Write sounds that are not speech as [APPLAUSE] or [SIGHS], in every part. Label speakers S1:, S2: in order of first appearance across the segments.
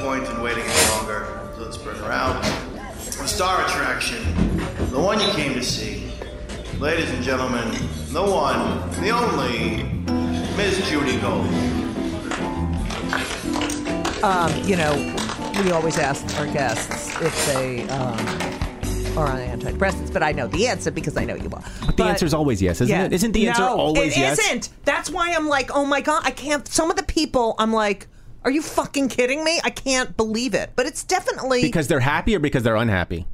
S1: point in waiting any longer, so let's bring her out. The star attraction, the one you came to see. Ladies and gentlemen, the one, the only, Miss Judy Gold.
S2: you know, we always ask our guests if they um, are on antidepressants, but I know the answer because I know you are.
S3: The answer is always yes, isn't it? Isn't the answer
S2: no,
S3: always
S2: it
S3: yes?
S2: isn't. That's why I'm like, oh my god, I can't. Some of the people, I'm like, are you fucking kidding me? I can't believe it. But it's definitely
S3: Because they're happy or because they're unhappy?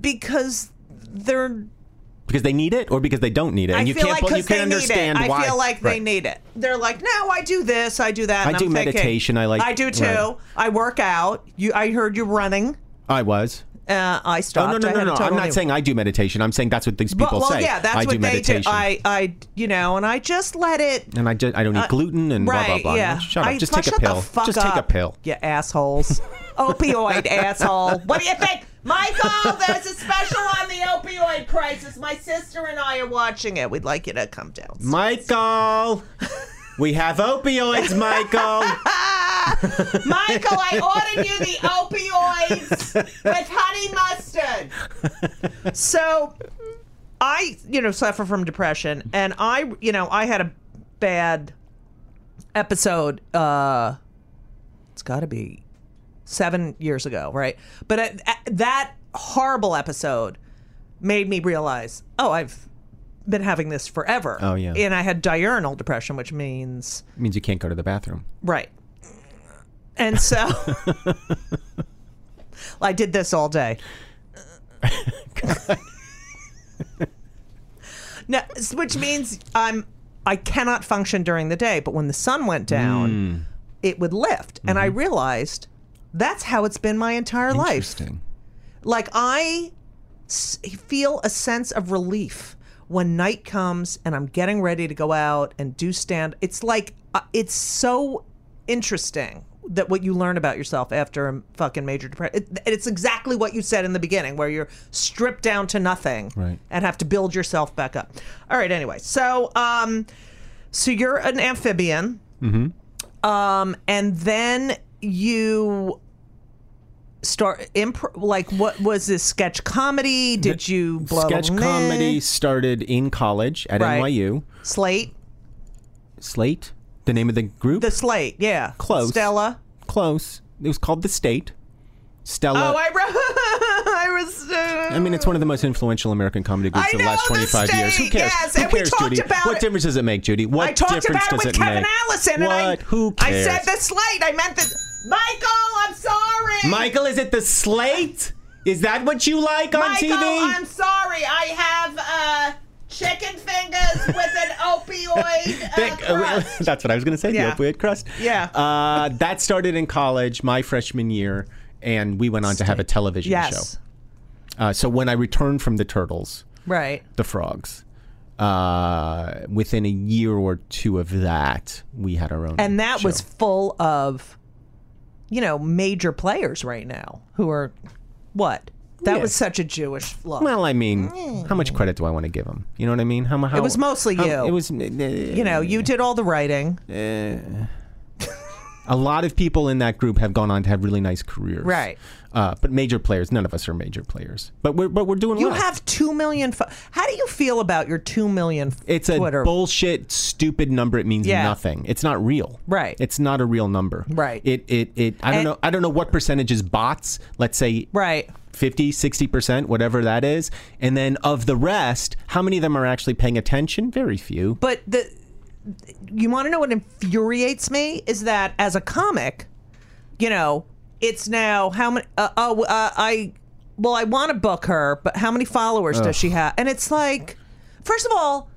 S2: because they're.
S3: Because they need it or because they don't need it?
S2: I
S3: And you
S2: feel
S3: can't
S2: like
S3: put- you
S2: because they
S3: can't understand
S2: need it.
S3: why.
S2: I feel like they
S3: Right.
S2: need it. They're like, no, I do this, I do that.
S3: I
S2: and
S3: do
S2: I'm thinking,
S3: meditation, I like-
S2: I do too.
S3: right.
S2: I work out. You, I heard you running.
S3: I was.
S2: Uh, I
S3: Oh
S2: stopped.
S3: no no
S2: I
S3: no
S2: had a
S3: no! I'm
S2: total
S3: not
S2: knee-
S3: saying I do meditation. I'm saying that's what these
S2: But-
S3: people
S2: well,
S3: say.
S2: yeah, that's
S3: I
S2: what
S3: do
S2: they do.
S3: meditation.
S2: I, I, you know, and I just let it.
S3: and I just I don't eat gluten and
S2: right,
S3: blah blah blah.
S2: Yeah.
S3: Shut up!
S2: I-
S3: just
S2: well,
S3: take a
S2: shut the
S3: pill.
S2: fuck
S3: Just
S2: up,
S3: take a pill.
S2: You
S3: [LAUGHS]
S2: assholes. opioid asshole. What do you think? Michael, there's a special on the opioid crisis. My sister and I are watching it. We'd like you to come down.
S3: Michael, we have opioids,
S2: [LAUGHS]
S3: Michael.
S2: Michael, I ordered you the opioids with honey mustard. So I, you know, suffer from depression and I, you know, I had a bad episode uh it's got to be 7 years ago, right? But uh, uh, that horrible episode made me realize, oh, I've been having this forever.
S3: Oh, yeah.
S2: And I had diurnal depression, which means
S3: means you can't go to the bathroom.
S2: Right. And so [LAUGHS] I did this all day. no, s- which means I'm I cannot function during the day, but when the sun went down, it would lift. And I realized that's how it's been my entire life.
S3: Interesting.
S2: Like I s- feel a sense of relief when night comes and I'm getting ready to go out and do stand. It's like uh, it's so interesting that what you learn about yourself after a fucking major depression. It, it's exactly what you said in the beginning, where you're stripped down to nothing
S3: Right.
S2: and have to build yourself back up. All right. Anyway, so um, so you're an amphibian, um, and then you start imp- like what was this sketch comedy did you blow
S3: Sketch
S2: meh?
S3: comedy started in college at
S2: Right.
S3: NYU.
S2: slate
S3: Slate, the name of the group.
S2: the slate yeah
S3: Close.
S2: stella
S3: Close. It was called the State. Stella.
S2: oh i re- [LAUGHS] i was uh,
S3: I mean, it's one of the most influential American comedy groups
S2: I
S3: of the last
S2: know, The
S3: 25 years. Who
S2: State,
S3: cares?
S2: yes,
S3: Who
S2: and we
S3: cares,
S2: talked
S3: Judy?
S2: about
S3: what
S2: it.
S3: difference does it make, Judy? What
S2: i talked about
S3: difference
S2: it
S3: does
S2: with
S3: it
S2: kevin
S3: make?
S2: allison
S3: what?
S2: and i
S3: Who cares?
S2: i said the slate i meant the michael i'm sorry
S3: Michael, is it the Slate? Is that what you like on
S2: michael uh,
S3: TV?
S2: i'm sorry i have uh chicken fingers with
S3: [LAUGHS]
S2: an opioid uh,
S3: Thick- uh,
S2: crust.
S3: [LAUGHS] that's what I was going to say.
S2: Yeah.
S3: The opioid crust.
S2: Yeah.
S3: Uh, that started in college, my freshman year, and we went on to have a television
S2: yes
S3: show. Uh, so when I returned from the Turtles,
S2: right
S3: the Frogs, uh, within a year or two of that, we had our own.
S2: and that was
S3: show.
S2: full of you know major players right now who are what that
S3: Yeah.
S2: was such a jewish look
S3: Well, I mean, how much credit do I want to give him? You know what I mean? How, mu- how
S2: Mm. was mostly
S3: how-
S2: you.
S3: It was, eh,
S2: you know you did all the writing
S3: a lot of people in that group have gone on to have really nice careers,
S2: Right.
S3: Uh, but major players, none of us are major players. But we're but we're doing
S2: you
S3: well.
S2: have 2 million fo- how do you feel about your 2 million
S3: It's a
S2: twitter
S3: bullshit, stupid number. It means
S2: Yeah.
S3: nothing. It's not real.
S2: Right.
S3: It's not a real number.
S2: Right.
S3: It it it. I don't
S2: And-
S3: know. I don't know what percentage is bots. Let's say
S2: right
S3: 50, 60 percent, whatever that is. And then of the rest, how many of them are actually paying attention? Very few.
S2: but the you want to know what infuriates me is that as a comic you know it's now how many uh, oh uh, i well i want to book her but how many followers does she have and it's like first of all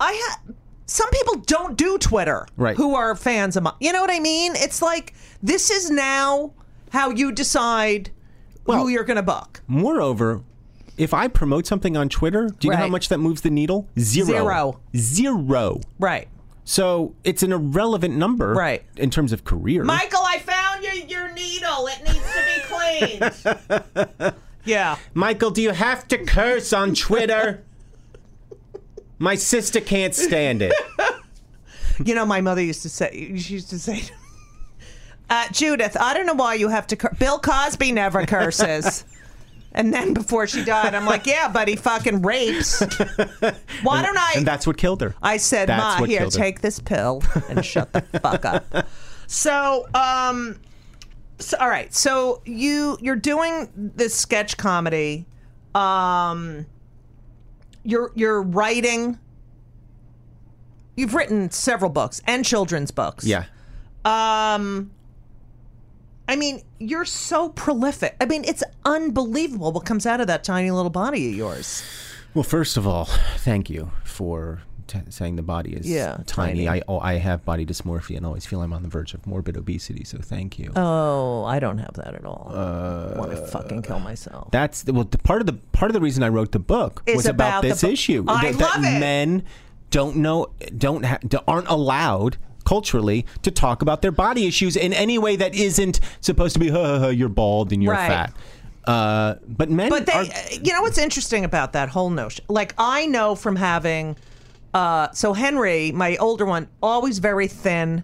S2: i ha- some people don't do twitter
S3: Right.
S2: who are fans of my you know what i mean it's like this is now how you decide who
S3: Well-
S2: you're gonna book
S3: Moreover, if I promote something on Twitter, do you know how
S2: Right.
S3: much that moves the needle? Zero.
S2: Zero.
S3: Zero.
S2: right
S3: So it's an irrelevant number,
S2: Right.
S3: In terms of career,
S2: michael i found your, your needle it needs to be cleaned [LAUGHS] yeah
S3: Michael, do you have to curse on Twitter? My sister can't stand it.
S2: You know, my mother used to say, she used to say, Uh, Judith, I don't know why you have to. Cur- Bill Cosby never curses. and then before she died, I'm like, yeah, but he fucking
S3: [LAUGHS]
S2: rapes. Why don't I?
S3: and that's what killed her.
S2: I said,
S3: That's
S2: Ma,
S3: what
S2: here,
S3: killed her.
S2: take this pill and shut
S3: [LAUGHS]
S2: the fuck up. So, um, so, all right. So you you're doing this sketch comedy. Um, you're you're writing. You've written several books and children's books.
S3: yeah.
S2: Um, I mean, you're so prolific. I mean, it's unbelievable what comes out of that tiny little body of yours.
S3: Well, first of all, thank you for t- saying the body is
S2: Yeah,
S3: tiny.
S2: tiny.
S3: I oh, I have body dysmorphia and always feel I'm on the verge of morbid obesity. So thank you.
S2: Oh, I don't have that at all. I Want to fucking kill myself?
S3: That's well. The part of the part of the reason I wrote the book
S2: Is
S3: was about,
S2: about the
S3: this
S2: bu-
S3: issue
S2: I
S3: that, that
S2: love it.
S3: men don't know, don't ha- d- aren't allowed culturally to talk about their body issues in any way that isn't supposed to be. "Ha, ha, ha, you're bald and you're
S2: Right.
S3: fat. Uh, but men,
S2: But they, uh,
S3: are,
S2: you know, what's interesting about that whole notion? Like, I know from having, uh, so Henry, my older one, always very thin.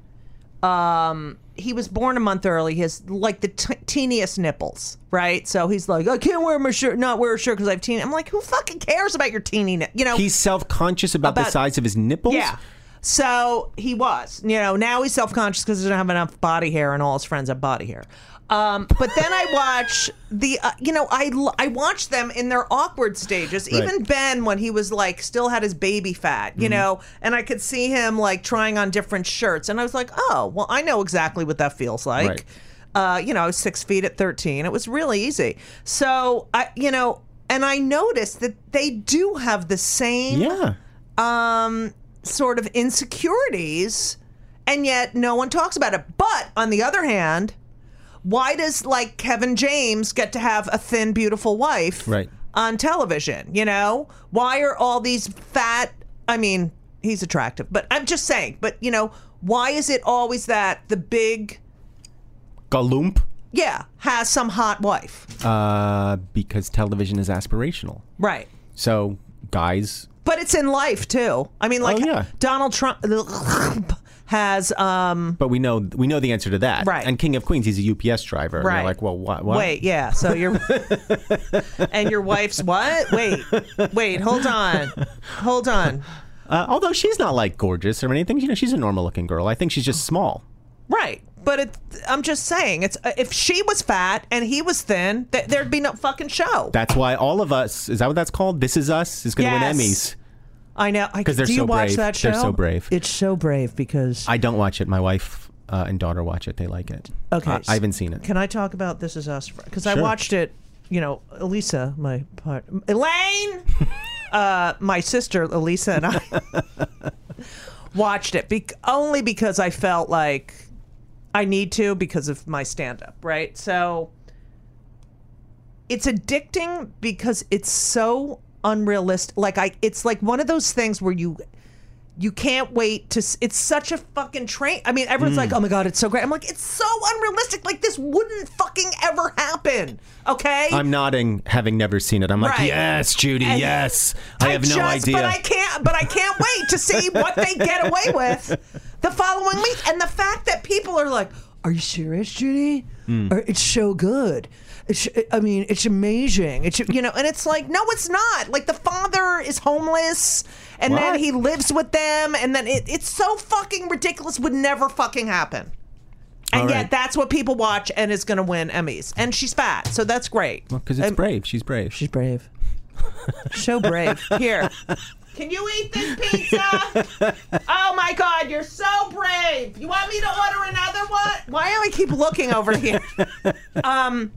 S2: Um, he was born a month early. He has like the t- teeniest nipples, right? So he's like, I can't wear my shirt, not wear a shirt because I have teen. I'm like, who fucking cares about your teeny? Ni-? You know,
S3: he's self conscious about, the
S2: About-
S3: size of his nipples.
S2: Yeah. So he was, you know, now he's self conscious because he doesn't have enough body hair and all his friends have body hair. Um, but then I watch the, uh, you know, I, l- I watch them in their awkward stages. Even Ben, when he was like, still had his baby fat, you know, and I could see him like trying on different shirts. And I was like, oh, well, I know exactly what that feels like.
S3: Right.
S2: Uh, you know, I was six feet at 13. It was really easy. So I, you know, and I noticed that they do have the same
S3: yeah.
S2: um, sort of insecurities, and yet no one talks about it. But on the other hand, why does like Kevin James get to have a thin, beautiful wife
S3: Right.
S2: on television? You know, why are all these fat? I mean, he's attractive, but I'm just saying. But you know, why is it always that the big
S3: Galump.
S2: yeah has some hot wife,
S3: Uh, because television is aspirational.
S2: right?
S3: So guys,
S2: But it's in life too. I mean, like
S3: Oh, yeah.
S2: Donald Trump has um
S3: but we know we know the answer to that.
S2: Right.
S3: And King of Queens, he's a UPS driver. And
S2: Right.
S3: you're like, well, why? why?
S2: Wait, yeah. So your [LAUGHS] and your wife's what? Wait, wait. Hold on, hold on.
S3: Uh, although she's not like gorgeous or anything, you know, she's a normal-looking girl. I think she's just small.
S2: Right, but it, I'm just saying, it's uh, if she was fat and he was thin, th- there'd be no fucking show.
S3: That's why all of us is that what that's called? This is us is going to win
S2: Yes.
S3: Emmys.
S2: I know. Because
S3: they're
S2: do you
S3: so
S2: watch
S3: brave.
S2: that show?
S3: They're so brave.
S2: It's so brave because
S3: I don't watch it. My wife uh, and daughter watch it. They like it.
S2: Okay,
S3: I, I haven't seen it.
S2: Can I talk about This Is Us? Because I
S3: Sure.
S2: watched it. You know, Elisa, my part,
S3: [LAUGHS]
S2: Elaine, uh, my sister, Elisa, and I
S3: [LAUGHS]
S2: watched it bec only because I felt like I need to because of my stand up, right? So it's addicting because it's so unrealistic. Like I, it's like one of those things where you you can't wait to. s- It's such a fucking train. I mean, everyone's like, "Oh my god, it's so great." I'm like, "It's so unrealistic. Like this wouldn't fucking ever happen." Okay.
S3: I'm nodding, having never seen it. I'm like,
S2: Right.
S3: yes, Judy,
S2: And
S3: yes. I have no
S2: just-
S3: idea.
S2: But I can't. But I can't wait to see what they get away with the following week. And the fact that people are like, "Are you serious, Judy?
S3: Hmm.
S2: Or, it's so good. It's, I mean, it's amazing. It's you know." And it's like, no, it's not. Like the father is homeless, and then
S3: What?
S2: he lives with them, and then it, it's so fucking ridiculous. Would never fucking happen. And
S3: All
S2: yet,
S3: right.
S2: that's what people watch, and is going to win Emmys. And she's fat, so that's great.
S3: because it's brave. She's brave.
S2: She's brave. so brave. Here. Can you eat this pizza? oh my god, you're so brave. You want me to order another one? Why do I keep looking over here? um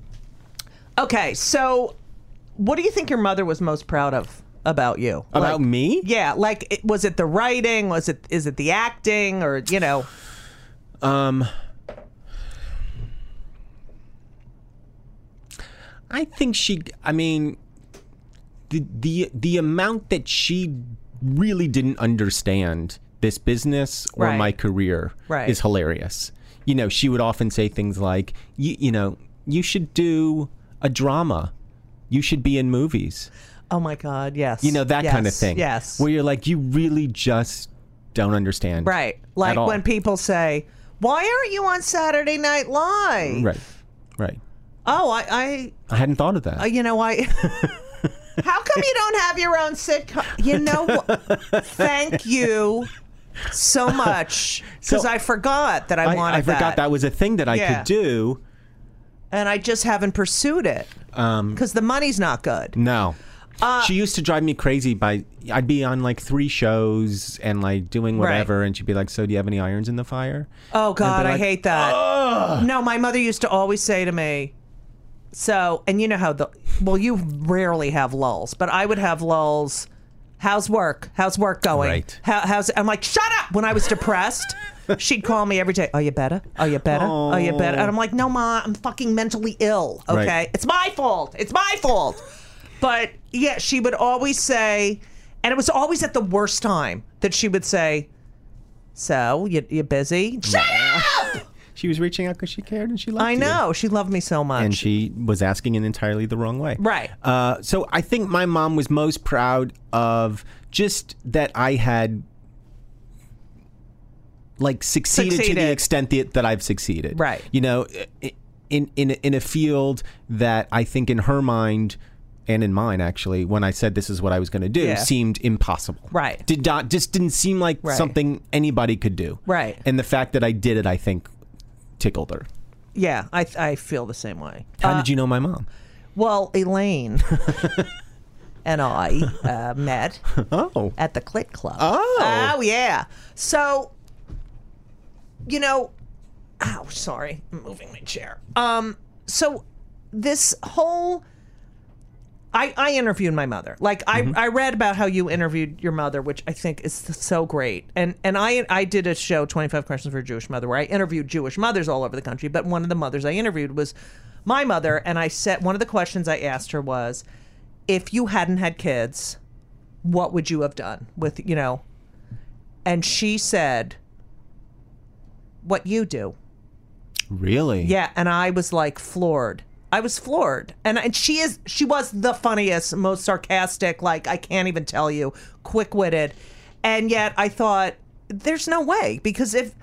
S2: Okay, so what do you think your mother was most proud of about you?
S3: About
S2: Like-
S3: me?
S2: Yeah, like it, was it the writing? Was it is it the acting or you know?
S3: Um, I think she. I mean, the the the amount that she really didn't understand this business or
S2: Right.
S3: my career
S2: Right.
S3: is hilarious. You know, she would often say things like, "You you know, you should do a drama. You should be in movies.
S2: Oh my god, yes.
S3: You know that kind of
S2: yes,
S3: thing.
S2: Yes.
S3: where you're like, you really just." Don't understand,
S2: Right. Like
S3: all.
S2: when people say, Why aren't you on Saturday Night Live?
S3: Right. Right.
S2: Oh, I,
S3: I hadn't thought of that.
S2: I, uh, you know, I. [LAUGHS] how come you don't have your own sitcom? You know, wha- thank you so much because
S3: So-
S2: I forgot that I,
S3: I,
S2: wanted
S3: I forgot that. was a thing that I
S2: Yeah.
S3: could do.
S2: and I just haven't pursued it because the money's not good.
S3: No.
S2: Uh,
S3: she used to drive me crazy by I'd be on like three shows and like doing
S2: Right.
S3: whatever and she'd be like, So do you have any irons in the fire?
S2: Oh God, I
S3: like, "Oh,
S2: hate that. No, my mother used to always say to me, so and you know how the well, you rarely have lulls, but I would have lulls. How's work? How's work going?
S3: Right.
S2: How, how's I'm like, shut up. When I was
S3: [LAUGHS]
S2: depressed, she'd call me every day. Are you better? Are you better? Are you better? And I'm like, no, ma, I'm fucking mentally ill. Okay,
S3: Right.
S2: it's my fault. It's my fault. But yeah, she would always say, and it was always at the worst time that she would say, "So you, you busy? Shut up!"
S3: She was reaching out because she cared and she loved
S2: I
S3: you.
S2: know she loved me so much.
S3: And she was asking in entirely the wrong way.
S2: Right.
S3: Uh, so I think my mom was most proud of just that I had like succeeded, to
S2: Succeeded.
S3: the extent that, that I've succeeded.
S2: Right.
S3: You know, i- in in in a field that I think in her mind and in mine actually, when I said this is what I was going to do,
S2: Yeah.
S3: seemed impossible.
S2: Right.
S3: Did not just didn't seem like
S2: Right.
S3: something anybody could do.
S2: Right.
S3: And the fact that I did it, I think, tickled her.
S2: yeah, I I feel the same way.
S3: How did you know my mom?
S2: Well,
S3: [LAUGHS]
S2: Elaine and I uh, met
S3: Oh.
S2: at the Clit Club.
S3: Oh.
S2: oh yeah. So, you know, ow, sorry, I'm moving my chair. Um, so this whole. I, I interviewed my mother. Like I, I read about how you interviewed your mother, which I think is so great. And and I I did a show, Twenty Five Questions for a Jewish Mother, where I interviewed Jewish mothers all over the country. But one of the mothers I interviewed was my mother, and I said one of the questions I asked her was, if you hadn't had kids, what would you have done with you know? And she said, what you do.
S3: Really?
S2: Yeah, and I was like floored. I was floored. And and she is she was the funniest, most sarcastic, like I can't even tell you, quick-witted. And yet I thought there's no way because if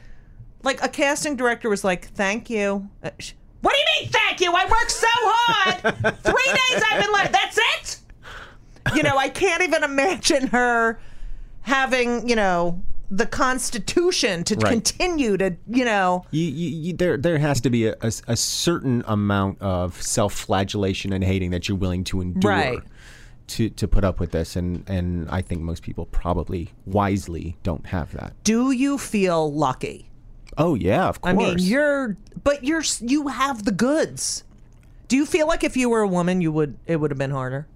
S2: like a casting director was like, "Thank you." Uh, sh- What do you mean, thank you? I worked so hard. Three days I've been left. That's it. You know, I can't even imagine her having, you know, the constitution to
S3: Right.
S2: continue to, you know,
S3: You, you, you, there, there has to be a, a, a certain amount of self-flagellation and hating that you're willing to endure
S2: Right.
S3: to, to put up with this, and, and I think most people probably wisely don't have that.
S2: do you feel lucky?
S3: Oh yeah, of
S2: I
S3: course.
S2: mean, you're, but you're, you have the goods. Do you feel like if you were a woman, you would, it would have been harder?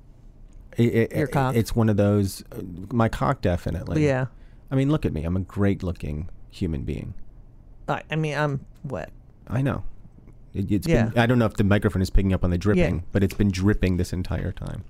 S3: I- I-
S2: your cock.
S3: It's one of those. uh, My cock, definitely.
S2: Yeah.
S3: I mean, look at me. I'm a great-looking human being.
S2: I, I mean, I'm wet.
S3: I know. It, it's
S2: Yeah.
S3: been, I don't know if the microphone is picking up on the dripping,
S2: Yeah.
S3: but it's been dripping this
S2: [SIGHS]
S3: entire time.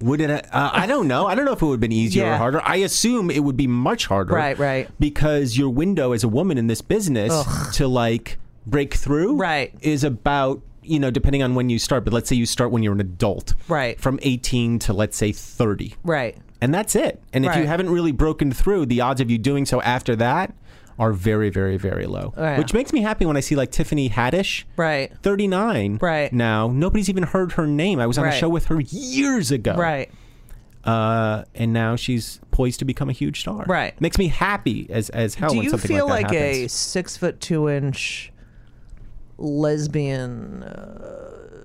S3: Would it? Uh, I don't know. I don't know if it would have been easier
S2: Yeah.
S3: or harder. I assume it would be much harder.
S2: Right, right.
S3: Because your window as a woman in this business to like break through
S2: Right.
S3: is about you know depending on when you start. But let's say you start when you're an adult,
S2: Right.
S3: From 18 to let's say 30,
S2: Right.
S3: and that's it. And if you
S2: Right.
S3: haven't really broken through, the odds of you doing so after that are very, very, very low.
S2: yeah.
S3: Which makes me happy when I see like Tiffany Haddish,
S2: Right.
S3: 39,
S2: Right.
S3: now. Nobody's even heard her name. I was on a
S2: Right.
S3: show with her years ago,
S2: Right.
S3: Uh, and now she's poised to become a huge star.
S2: Right.
S3: makes me happy as as hell
S2: Do
S3: when
S2: you
S3: something
S2: feel
S3: like
S2: like,
S3: that
S2: a
S3: happens.
S2: six foot two inch lesbian uh,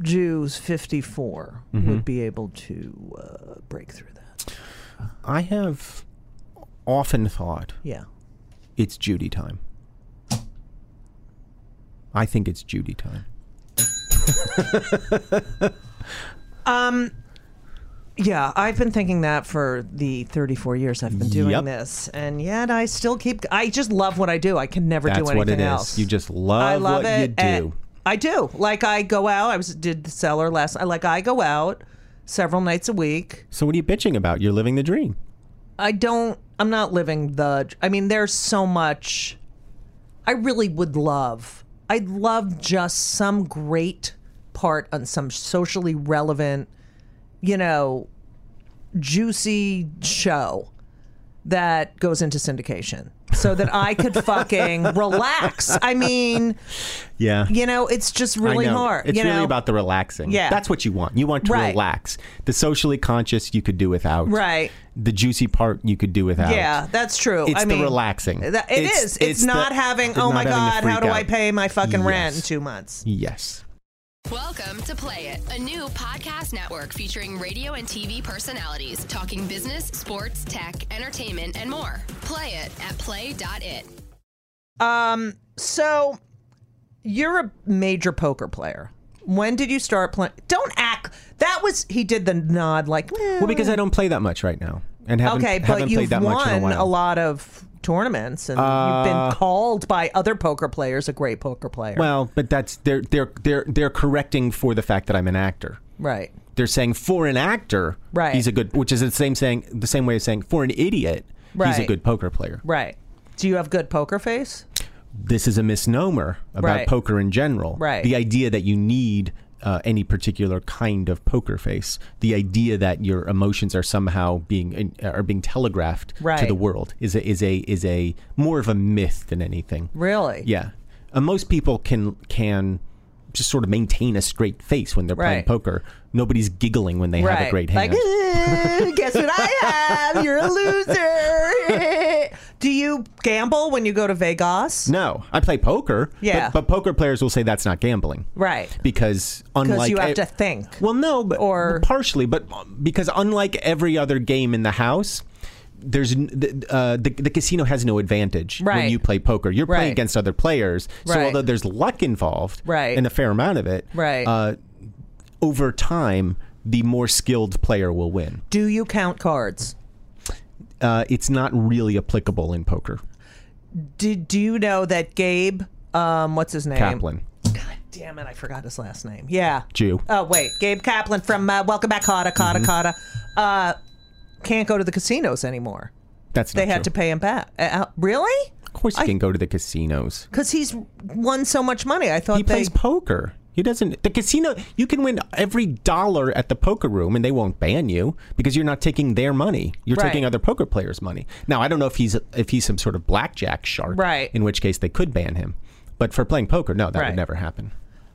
S2: Jews 54
S3: Mm-hmm.
S2: would be able to uh, break through that?
S3: I have often thought
S2: Yeah.
S3: it's Judy time. I think it's Judy time.
S2: Yeah, I've been thinking that for the 34 years I've been doing
S3: Yep.
S2: this, and yet I still keep. I just love what I do. I can never
S3: That's
S2: do anything
S3: what it is.
S2: else.
S3: You just love,
S2: I love
S3: what
S2: it.
S3: you do.
S2: and I do. Like I go out. I was did the cellar last. I like I go out several nights a week.
S3: So what are you bitching about? You're living the dream.
S2: I don't. I'm not living the. I mean, there's so much. I really would love. I'd love just some great part on some socially relevant, you know, juicy show that goes into syndication so that I
S3: [LAUGHS]
S2: could fucking relax. I mean,
S3: Yeah.
S2: you know, it's just really
S3: I know.
S2: hard.
S3: It's
S2: you
S3: really
S2: know?
S3: about the relaxing.
S2: Yeah.
S3: That's what you want. You want to
S2: Right.
S3: relax. The socially conscious you could do without.
S2: Right.
S3: The juicy part you could do without.
S2: Yeah, that's true.
S3: It's
S2: I
S3: the
S2: mean,
S3: relaxing.
S2: That,
S3: It's-
S2: it's, It's,
S3: it's the-
S2: not having,
S3: the
S2: oh
S3: not
S2: my
S3: having the
S2: God, how
S3: freak
S2: do I
S3: out."
S2: pay my fucking rent in
S3: Yes.
S2: two months?
S3: Yes.
S4: Welcome to Play It, a new podcast network featuring radio and TV personalities talking business, sports, tech, entertainment, and more. Play it at play.it.
S2: Um, so you're a major poker player. When did you start playing? Don't act. That was he did the nod like. "Eh."
S3: Well, because I don't play that much right now, and haven't,
S2: okay,
S3: haven't
S2: but
S3: played
S2: you've
S3: that much in a
S2: won
S3: while.
S2: a,
S3: Uh,
S2: lot of tournaments, and you've been called by other poker players a great poker player.
S3: Well, but that's they're they're they're they're correcting for the fact that I'm an actor.
S2: right.
S3: They're saying for an actor,
S2: Right.
S3: He's a good, which is the same saying, the same way of saying for an idiot, he's a
S2: Right.
S3: good poker player.
S2: Right. Do you have good poker face?
S3: This is a misnomer about
S2: Right.
S3: poker in general.
S2: Right.
S3: The idea that you need. Uh, any particular kind of poker face, the idea that your emotions are somehow being in, are being telegraphed to
S2: Right.
S3: the world is a, is a is a more of a myth than anything.
S2: Really?
S3: Yeah, uh, most people can can just sort of maintain a straight face when they're playing
S2: Right.
S3: poker. Nobody's giggling when they
S2: Right.
S3: have a great
S2: like,
S3: hand.
S2: "Eh, guess what
S3: [LAUGHS]
S2: I have? You're a loser. [LAUGHS] Do you gamble when you go to Vegas?
S3: no, I play poker.
S2: Yeah.
S3: but, but poker players will say that's not gambling,
S2: Right.
S3: Because unlike
S2: Because you have
S3: e-
S2: to think.
S3: Well, no, but
S2: Or-
S3: partially, but because unlike every other game in the house. There's n- the, uh, the the casino has no advantage when
S2: Right.
S3: you play poker. You're playing
S2: Right.
S3: against other players, so
S2: Right.
S3: although there's luck involved,
S2: Right.
S3: and a fair amount of it,
S2: Right.
S3: uh, over time, the more skilled player will win.
S2: Do you count cards?
S3: Uh, it's not really applicable in poker.
S2: Did do you know that Gabe, um, what's his name?
S3: Kaplan,
S2: Damn it, I forgot his last name. Yeah.
S3: Jew. Mm-hmm.
S2: Oh wait, Gabe Kaplan from uh, Welcome Back, Kata Kata Kata, uh, can't go to the casinos anymore.
S3: That's not
S2: They had to
S3: true.
S2: pay him back. Uh, uh, really?
S3: Of course, you can go to the casinos.
S2: Because he's won so much money. I thought
S3: He
S2: they.
S3: plays poker. He doesn't. The casino. You can win every dollar at the poker room, and they won't ban you because you're not taking their money. You're
S2: Right.
S3: taking other poker players' money. Now, I don't know if he's if he's some sort of blackjack shark,
S2: Right.
S3: In which case, they could ban him. But for playing poker, no, that
S2: Right.
S3: would never happen.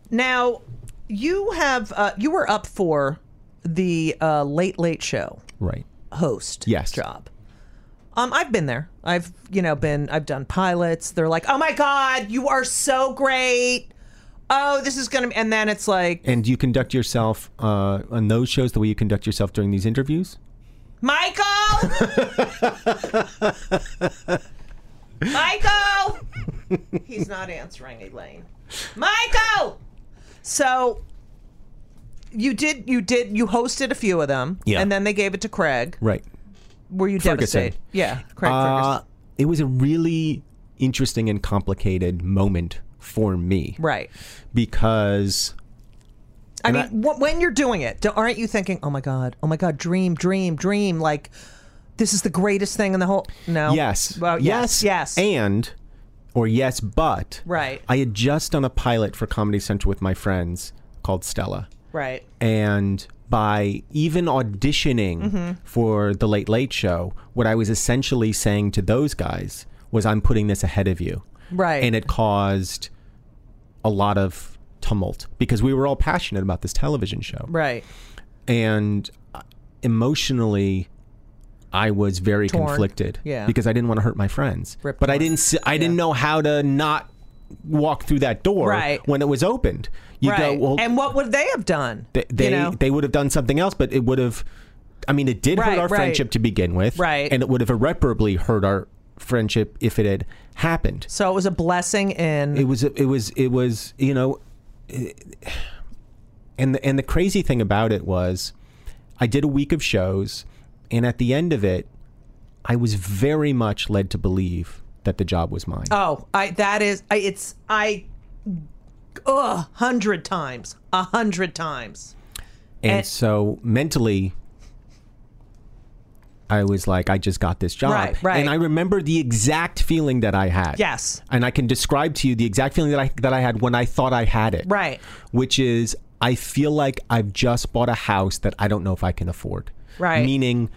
S2: Now, you have uh, you were up for the uh, Late Late Show
S3: Right.
S2: host
S3: Yes.
S2: job. Um, I've been there. I've you know been I've done pilots. They're like, oh my god, you are so great. Oh, this is gonna. be-" And then it's like,
S3: And you conduct yourself uh, on those shows the way you conduct yourself during these interviews.
S2: Michael, Michael. He's not answering Elaine. Michael. So you did you did you hosted a few of them,
S3: Yeah.
S2: and then they gave it to Craig.
S3: Right.
S2: Were you
S3: Ferguson.
S2: devastated? Yeah, Craig
S3: Uh,
S2: Ferguson.
S3: it was a really interesting and complicated moment for me,
S2: Right.
S3: Because
S2: I
S3: and
S2: mean, wh- when you're doing it, do- aren't you thinking, "Oh my god, oh my god, dream, dream, dream"? Like this is the greatest thing in the whole. No.
S3: Yes.
S2: Oh, Well, yes. Yes.
S3: And or yes, but
S2: Right.
S3: I had just done a pilot for Comedy Central with my friends called Stella,
S2: right.
S3: and by even auditioning
S2: Mm-hmm.
S3: for the Late Late Show, what I was essentially saying to those guys was, "I'm putting this ahead of you,"
S2: Right.
S3: and it caused a lot of tumult because we were all passionate about this television show,
S2: Right.
S3: and emotionally I was very
S2: Torn.
S3: conflicted
S2: Yeah.
S3: because I didn't want to hurt my friends.
S2: Rip
S3: but I
S2: torn.
S3: didn't s- I didn't know how to not walk through that door
S2: Right.
S3: when it was opened. You
S2: right.
S3: go, well
S2: and what would they have done?
S3: they they,
S2: you know?
S3: they would have done something else but it would have I mean it did hurt
S2: Right,
S3: our
S2: right.
S3: friendship to begin with
S2: Right.
S3: and it would have irreparably hurt our friendship if it had happened.
S2: so it was a blessing in.
S3: It was it was it was you know, eh, and the, and the crazy thing about it was, I did a week of shows, and at the end of it, I was very much led to believe that the job was mine.
S2: oh, I that is. I, it's I. Ugh, hundred times, a hundred times.
S3: and
S2: and-
S3: so mentally. I was like, I just got this job.
S2: Right, right.
S3: And I remember the exact feeling that I had.
S2: Yes.
S3: And I can describe to you the exact feeling that I that I had when I thought I had it.
S2: Right.
S3: which is I feel like I've just bought a house that I don't know if I can afford.
S2: Right.
S3: Meaning,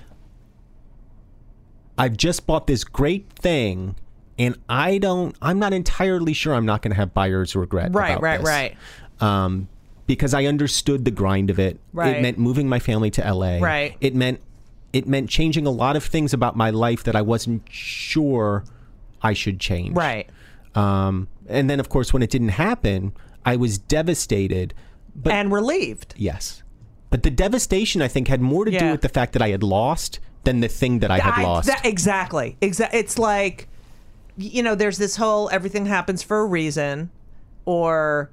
S3: I've just bought this great thing, and I don't. I'm not entirely sure. I'm not going to have buyer's regret.
S2: Right,
S3: about
S2: right,
S3: this.
S2: right.
S3: Um, because I understood the grind of it.
S2: Right.
S3: It meant moving my family to LA.
S2: Right.
S3: It meant it meant changing a lot of things about my life that I wasn't sure I should change.
S2: Right.
S3: Um, and then, of course, when it didn't happen, I was devastated. But
S2: and relieved.
S3: yes, but the devastation I think had more to do
S2: Yeah.
S3: with the fact that I had lost than the thing that I
S2: I-
S3: had lost.
S2: that- exactly. Exa- it's like, you know, there's this whole everything happens for a reason or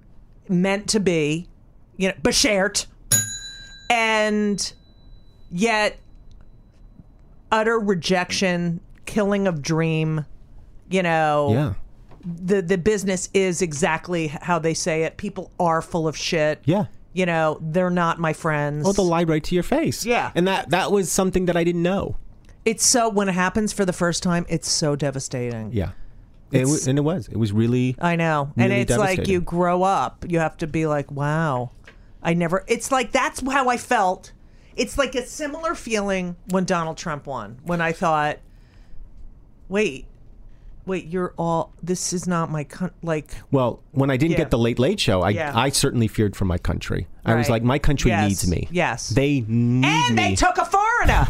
S2: meant to be, you know, beshert. And yet, utter rejection, killing of dream, you know,
S3: yeah,
S2: the, the business is exactly how they say it. People are full of shit.
S3: yeah.
S2: You know, they're not my friends.
S3: Well, the lie right to your face.
S2: Yeah.
S3: and that that was something that I didn't know.
S2: it's so, when it happens for the first time, it's so devastating.
S3: Yeah, it wa- and it was. It was really.
S2: I know. and
S3: Really
S2: it's like you
S3: devastating.
S2: grow up, you have to be like, wow, I never, it's like that's how I felt. It's like a similar feeling when Donald Trump won, when I thought, wait, wait, you're all, this is not my, con- like,
S3: Well, when I didn't
S2: Yeah.
S3: get the Late Late Show, I
S2: Yeah.
S3: I certainly feared for my country. I was
S2: Right.
S3: like, my country
S2: Yes.
S3: needs me.
S2: Yes.
S3: they need
S2: and
S3: me.
S2: they took a
S3: [LAUGHS]
S2: foreigner.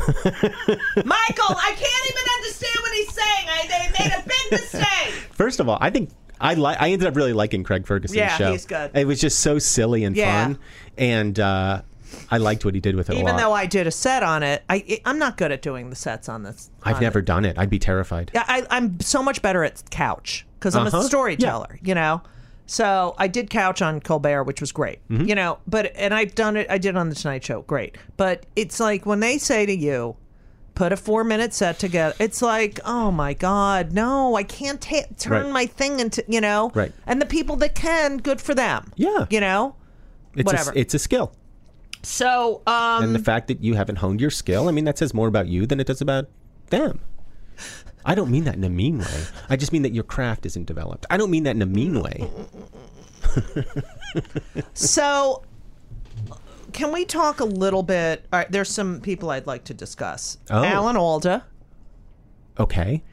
S2: Michael, I can't even understand what he's saying. I, they made a big mistake.
S3: [LAUGHS] First of all, I think I li- I ended up really liking Craig Ferguson's
S2: Yeah,
S3: show.
S2: he's good.
S3: It was just so silly and
S2: Yeah.
S3: fun, and uh, I liked what he did with it. a
S2: Even
S3: lot.
S2: though I did a set on it, I, I'm not good at doing the sets on this.
S3: I've
S2: on
S3: never done it, I'd be terrified.
S2: Yeah, I, I'm so much better at couch because I'm
S3: Uh-huh.
S2: a storyteller, you know. So I did couch on Colbert, which was great,
S3: Mm-hmm.
S2: you know. But and I've done it. I did it on the Tonight Show, great. But it's like when they say to you, put a four minute set together. It's like, oh my god, no, I can't ta- turn
S3: Right.
S2: my thing into, you know.
S3: Right.
S2: And the people that can, good for them.
S3: Yeah.
S2: You know.
S3: it's
S2: whatever.
S3: A, it's a skill,
S2: So um,
S3: and the fact that you haven't honed your skill, I mean, that says more about you than it does about them. I don't mean that in a mean way. I just mean that your craft isn't developed. I don't mean that in a mean way.
S2: [LAUGHS] So, can we talk a little bit? All right, there's some people I'd like to discuss.
S3: Oh.
S2: Alan Alda.
S3: Okay.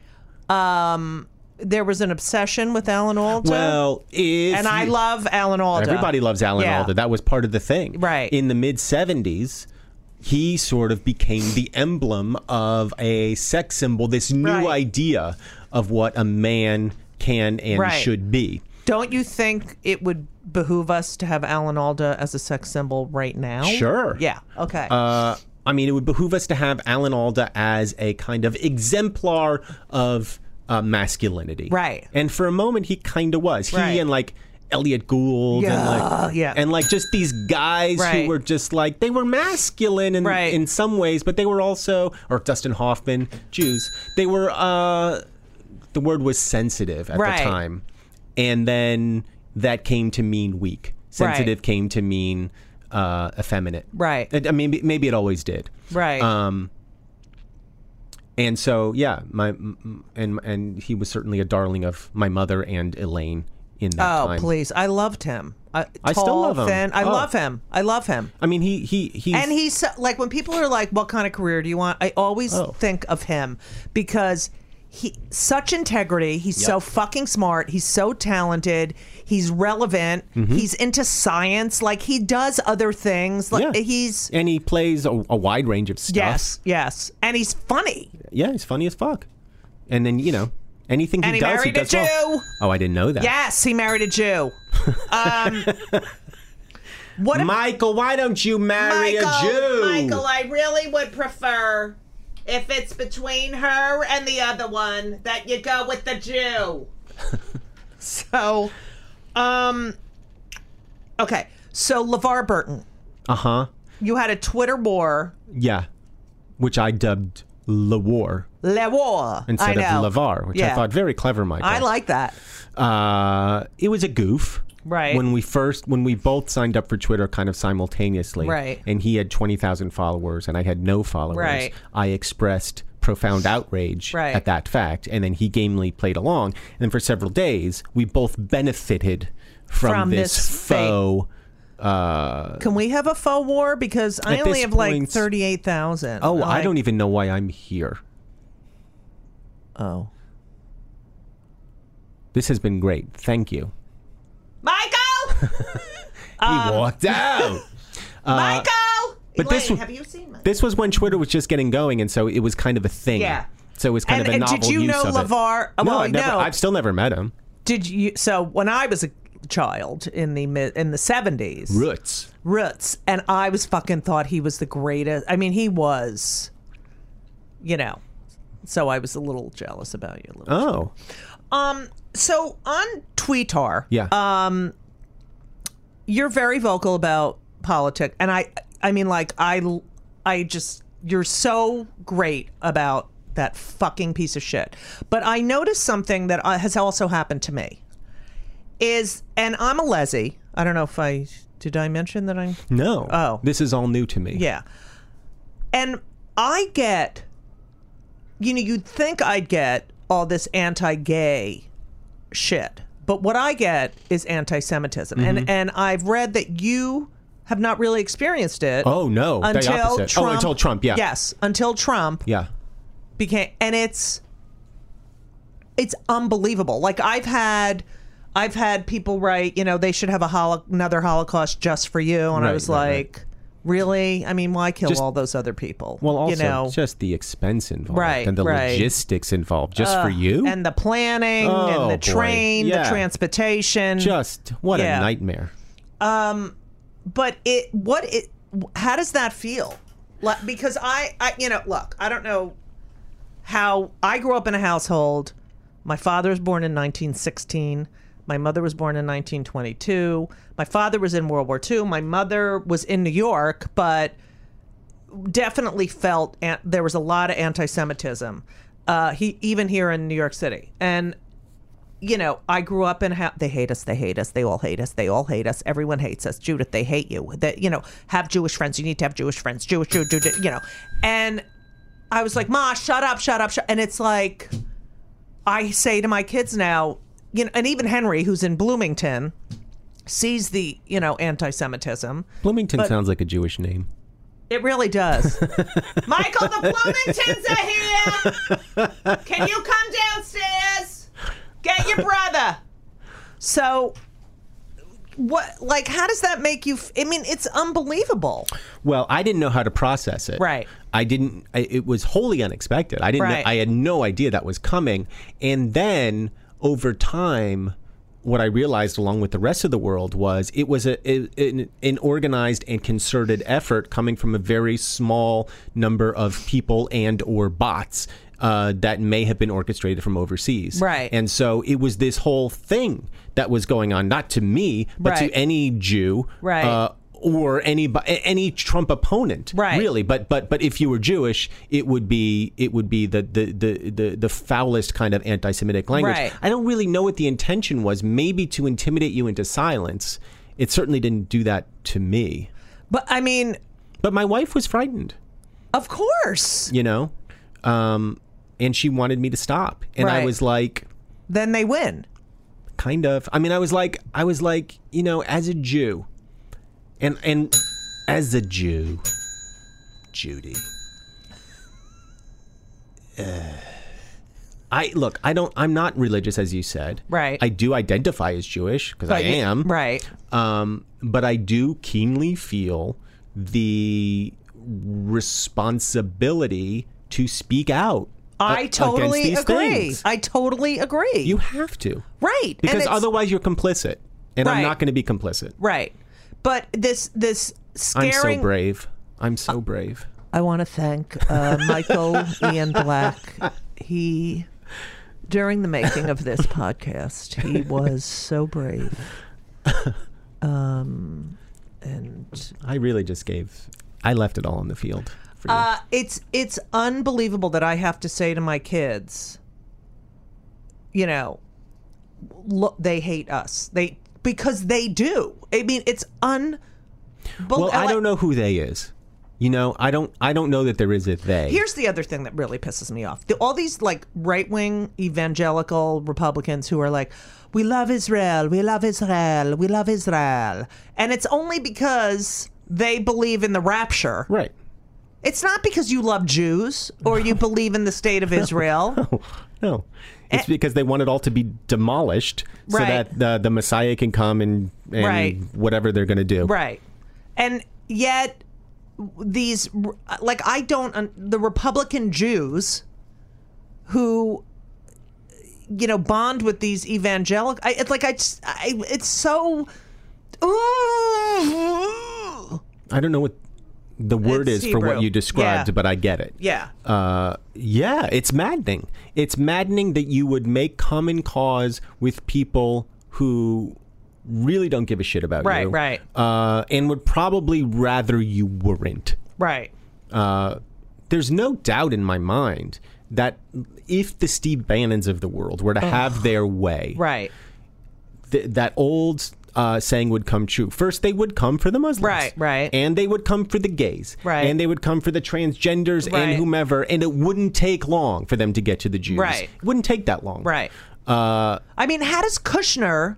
S2: There was an obsession with Alan Alda.
S3: Well, if
S2: and I
S3: you-
S2: love Alan Alda.
S3: Everybody loves Alan
S2: Yeah.
S3: Alda. That was part of the thing.
S2: Right.
S3: In the mid 70s, he sort of became the emblem of a sex symbol, this new
S2: Right.
S3: idea of what a man can and
S2: Right.
S3: should be.
S2: Don't you think it would behoove us to have Alan Alda as a sex symbol right now?
S3: Sure.
S2: Yeah. Okay.
S3: Uh, I mean, it would behoove us to have Alan Alda as a kind of exemplar of uh, masculinity.
S2: Right.
S3: And for a moment, he kind of was. He
S2: Right.
S3: and like Elliot Gould and like
S2: yeah.
S3: and like just these guys
S2: Right.
S3: who were just like they were masculine in
S2: Right.
S3: in some ways, but they were also or Dustin Hoffman Jews. They were uh, the word was sensitive at
S2: Right.
S3: the time, and then that came to mean weak. Sensitive came to mean uh, effeminate.
S2: Right.
S3: It- I mean, maybe- maybe it always did.
S2: right.
S3: Um, and so, yeah, my m- m- and and he was certainly a darling of my mother and Elaine in that
S2: oh,
S3: time.
S2: please. I loved him. I,
S3: I still
S2: tall,
S3: love him.
S2: Thin. I
S3: Oh.
S2: love him. I love him.
S3: I mean, he he he's,
S2: And he's so- like when people are like, "What kind of career do you want?" I always
S3: Oh.
S2: think of him because he such integrity. He's so fucking smart. He's so talented. He's relevant.
S3: Mm-hmm.
S2: He's into science. Like he does other things. Like
S3: Yeah.
S2: he's
S3: and he plays a, a wide range of stuff.
S2: yes, yes, and he's funny.
S3: yeah, he's funny as fuck. And then you know anything he
S2: And he
S3: does, he
S2: married a
S3: does well.
S2: Jew.
S3: Oh, I didn't know that.
S2: Yes, he married a
S3: [LAUGHS]
S2: Jew. Um, what a-
S3: Michael, why don't you marry a Jew?
S2: Michael, I really would prefer if it's between her and the other one that you go with the Jew. [LAUGHS] so, um, okay. So LeVar Burton,
S3: Uh huh.
S2: you had a Twitter war,
S3: Yeah, which I dubbed Le War
S2: Le War.
S3: instead
S2: I know.
S3: of Lavar, which
S2: Yeah.
S3: I thought very clever, Michael.
S2: I like that.
S3: uh, it was a goof.
S2: Right.
S3: When we first, when we both signed up for Twitter kind of simultaneously.
S2: Right.
S3: And he had 20,000 followers and I had no followers.
S2: Right.
S3: I expressed profound outrage
S2: Right.
S3: at that fact. And then he gamely played along. And then for several days, we both benefited from,
S2: From
S3: this,
S2: this fake-
S3: faux Uh,
S2: Can we have a faux war? Because I
S3: At
S2: only
S3: this
S2: have like
S3: point-
S2: thirty-eight thousand.
S3: oh, I don't even know why I'm here.
S2: Oh,
S3: This has been great. Thank you.
S2: Michael,
S3: he walked out.
S2: Um, [LAUGHS] Michael.
S3: Uh, but
S2: Elaine,
S3: this w-
S2: have you seen Michael?
S3: this was when Twitter was just getting going, and so it was kind of a thing.
S2: Yeah.
S3: So it was kind
S2: And,
S3: of a
S2: and
S3: novel
S2: did you
S3: use
S2: know
S3: of it.
S2: Lavar?
S3: No,
S2: well,
S3: I've, never,
S2: no.
S3: I've still never met him.
S2: Did you? So when I was a child in the mid in the seventies,
S3: Roots.
S2: Roots, and I was fucking thought he was the greatest. I mean, he was, you know. So I was a little jealous about you. A little.
S3: Oh,
S2: Um. So on Tweetar,
S3: yeah.
S2: you're very vocal about politics, and I, I mean, like I, I just you're so great about that fucking piece of shit. But I noticed something that uh, has also happened to me, is, and I'm a lessee. I don't know if I did. I mention that I'm
S3: no.
S2: oh.
S3: This is all new to me.
S2: yeah. And I get, you know, you'd think I'd get all this anti gay shit, but what I get is anti Semitism. And,
S3: Mm-hmm.
S2: and I've read that you have not really experienced it.
S3: Oh no. the
S2: Until
S3: opposite.
S2: Trump,
S3: oh, until Trump. Yeah.
S2: Yes, until Trump
S3: Yeah.
S2: became and it's it's unbelievable like i've had i've had people write you know they should have a holo- another holocaust just for you and i
S3: Right,
S2: was
S3: right, right.
S2: like really i mean why kill
S3: Just-
S2: all those other people
S3: Well, also
S2: you know
S3: just the expense involved
S2: Right,
S3: and the
S2: right.
S3: logistics involved just for you.
S2: and the planning
S3: Oh,
S2: and the
S3: boy.
S2: train
S3: Yeah.
S2: the transportation
S3: just what
S2: Yeah.
S3: a nightmare.
S2: but it what it how does that feel like, because I, I you know look i don't know how i grew up in a household my father was born in 1916 my mother was born in 1922 my father was in world war ii my mother was in new york but definitely felt an- there was a lot of anti-semitism uh, he even here in new york city and you know, I grew up in ha- they hate us, they hate us, they all hate us, they all hate us. Everyone hates us. Judith, they hate you. That you know, have Jewish friends. You need to have Jewish friends. Jewish, Jew, Jew, Jew, you know. And I was like, Ma, shut up, shut up, shut. And it's like, I say to my kids now, you know, and even Henry, who's in Bloomington, sees the you know anti-Semitism.
S3: Bloomington
S2: But-
S3: sounds like a Jewish name.
S2: It really does.
S3: [LAUGHS]
S2: Michael, the Bloomingtons are here. Can you come downstairs? Get your brother. So, what? Like, how does that make you? F- I mean, it's unbelievable.
S3: Well, I didn't know how to process it.
S2: Right.
S3: I didn't. I, it was wholly unexpected. I didn't.
S2: Right.
S3: Know, I had no idea that was coming. And then over time, what I realized, along with the rest of the world, was it was a, a- an, an organized and concerted effort coming from a very small number of people and or bots. Uh, that may have been orchestrated from overseas,
S2: Right.
S3: And so it was this whole thing that was going on, not to me, but
S2: Right.
S3: to any Jew,
S2: Right.
S3: uh, or any bu- any Trump opponent,
S2: Right.
S3: Really, but but but if you were Jewish, it would be it would be the the the the, the foulest kind of anti-Semitic language.
S2: Right.
S3: I don't really know what the intention was. Maybe to intimidate you into silence. It certainly didn't do that to me.
S2: But I mean,
S3: But my wife was frightened,
S2: of course.
S3: you know, um, and she wanted me to stop, and
S2: Right.
S3: I was like.
S2: Then they win.
S3: kind of i mean i was like i was like you know as a jew and and as a jew judy uh, i look i don't i'm not religious as you said
S2: Right.
S3: i do identify as jewish because i
S2: But you-
S3: am
S2: right.
S3: um, but I do keenly feel the responsibility to speak out.
S2: I
S3: a-
S2: totally
S3: against these
S2: agree.
S3: things.
S2: I totally agree.
S3: you have to
S2: right And
S3: because
S2: it's-
S3: otherwise you're complicit, and
S2: Right.
S3: I'm not going to be complicit.
S2: right. But this this
S3: I'm
S2: scaring.
S3: so brave. I'm so
S2: Uh,
S3: brave.
S2: I want to thank uh, Michael Ian Black. He, during the making of this podcast, he was so brave. Um, and
S3: I really just gave. I left it all on the field. For you.
S2: uh, it's it's unbelievable that I have to say to my kids, you know, look, they hate us. They because they do. I mean, it's un.
S3: well, I don't know who they is. You know, I don't I don't know that there is a they.
S2: Here's the other thing that really pisses me off. The, all these like right wing evangelical Republicans who are like, we love Israel, we love Israel, we love Israel. And it's only because they believe in the rapture.
S3: right.
S2: It's not because you love Jews or you believe in the state of Israel.
S3: No. It's because they want it all to be demolished so
S2: Eh. Right.
S3: that the, the Messiah can come and, and
S2: Right.
S3: whatever they're going to do.
S2: Right. And yet, these, like, I don't, un- the Republican Jews who, you know, bond with these evangelical, I, it's like, I, just- I it's so, ooh.
S3: I don't know what the word
S2: It's
S3: is for what
S2: Hebrew.
S3: you described,
S2: Yeah.
S3: but I get it.
S2: yeah.
S3: Uh, yeah, it's maddening. It's maddening that you would make common cause with people who really don't give a shit about
S2: Right,
S3: you.
S2: right.
S3: Uh, and would probably rather you weren't.
S2: right.
S3: Uh, there's no doubt in my mind that if the Steve Bannons of the world were to have their way,
S2: Right.
S3: th- that old uh, saying would come true. First, they would come for the Muslims,
S2: Right, right.
S3: and they would come for the gays,
S2: Right.
S3: and they would come for the transgenders
S2: Right.
S3: and whomever, and it wouldn't take long for them to get to the Jews.
S2: Right.
S3: it wouldn't take that long,
S2: Right.
S3: Uh,
S2: I mean, how does Kushner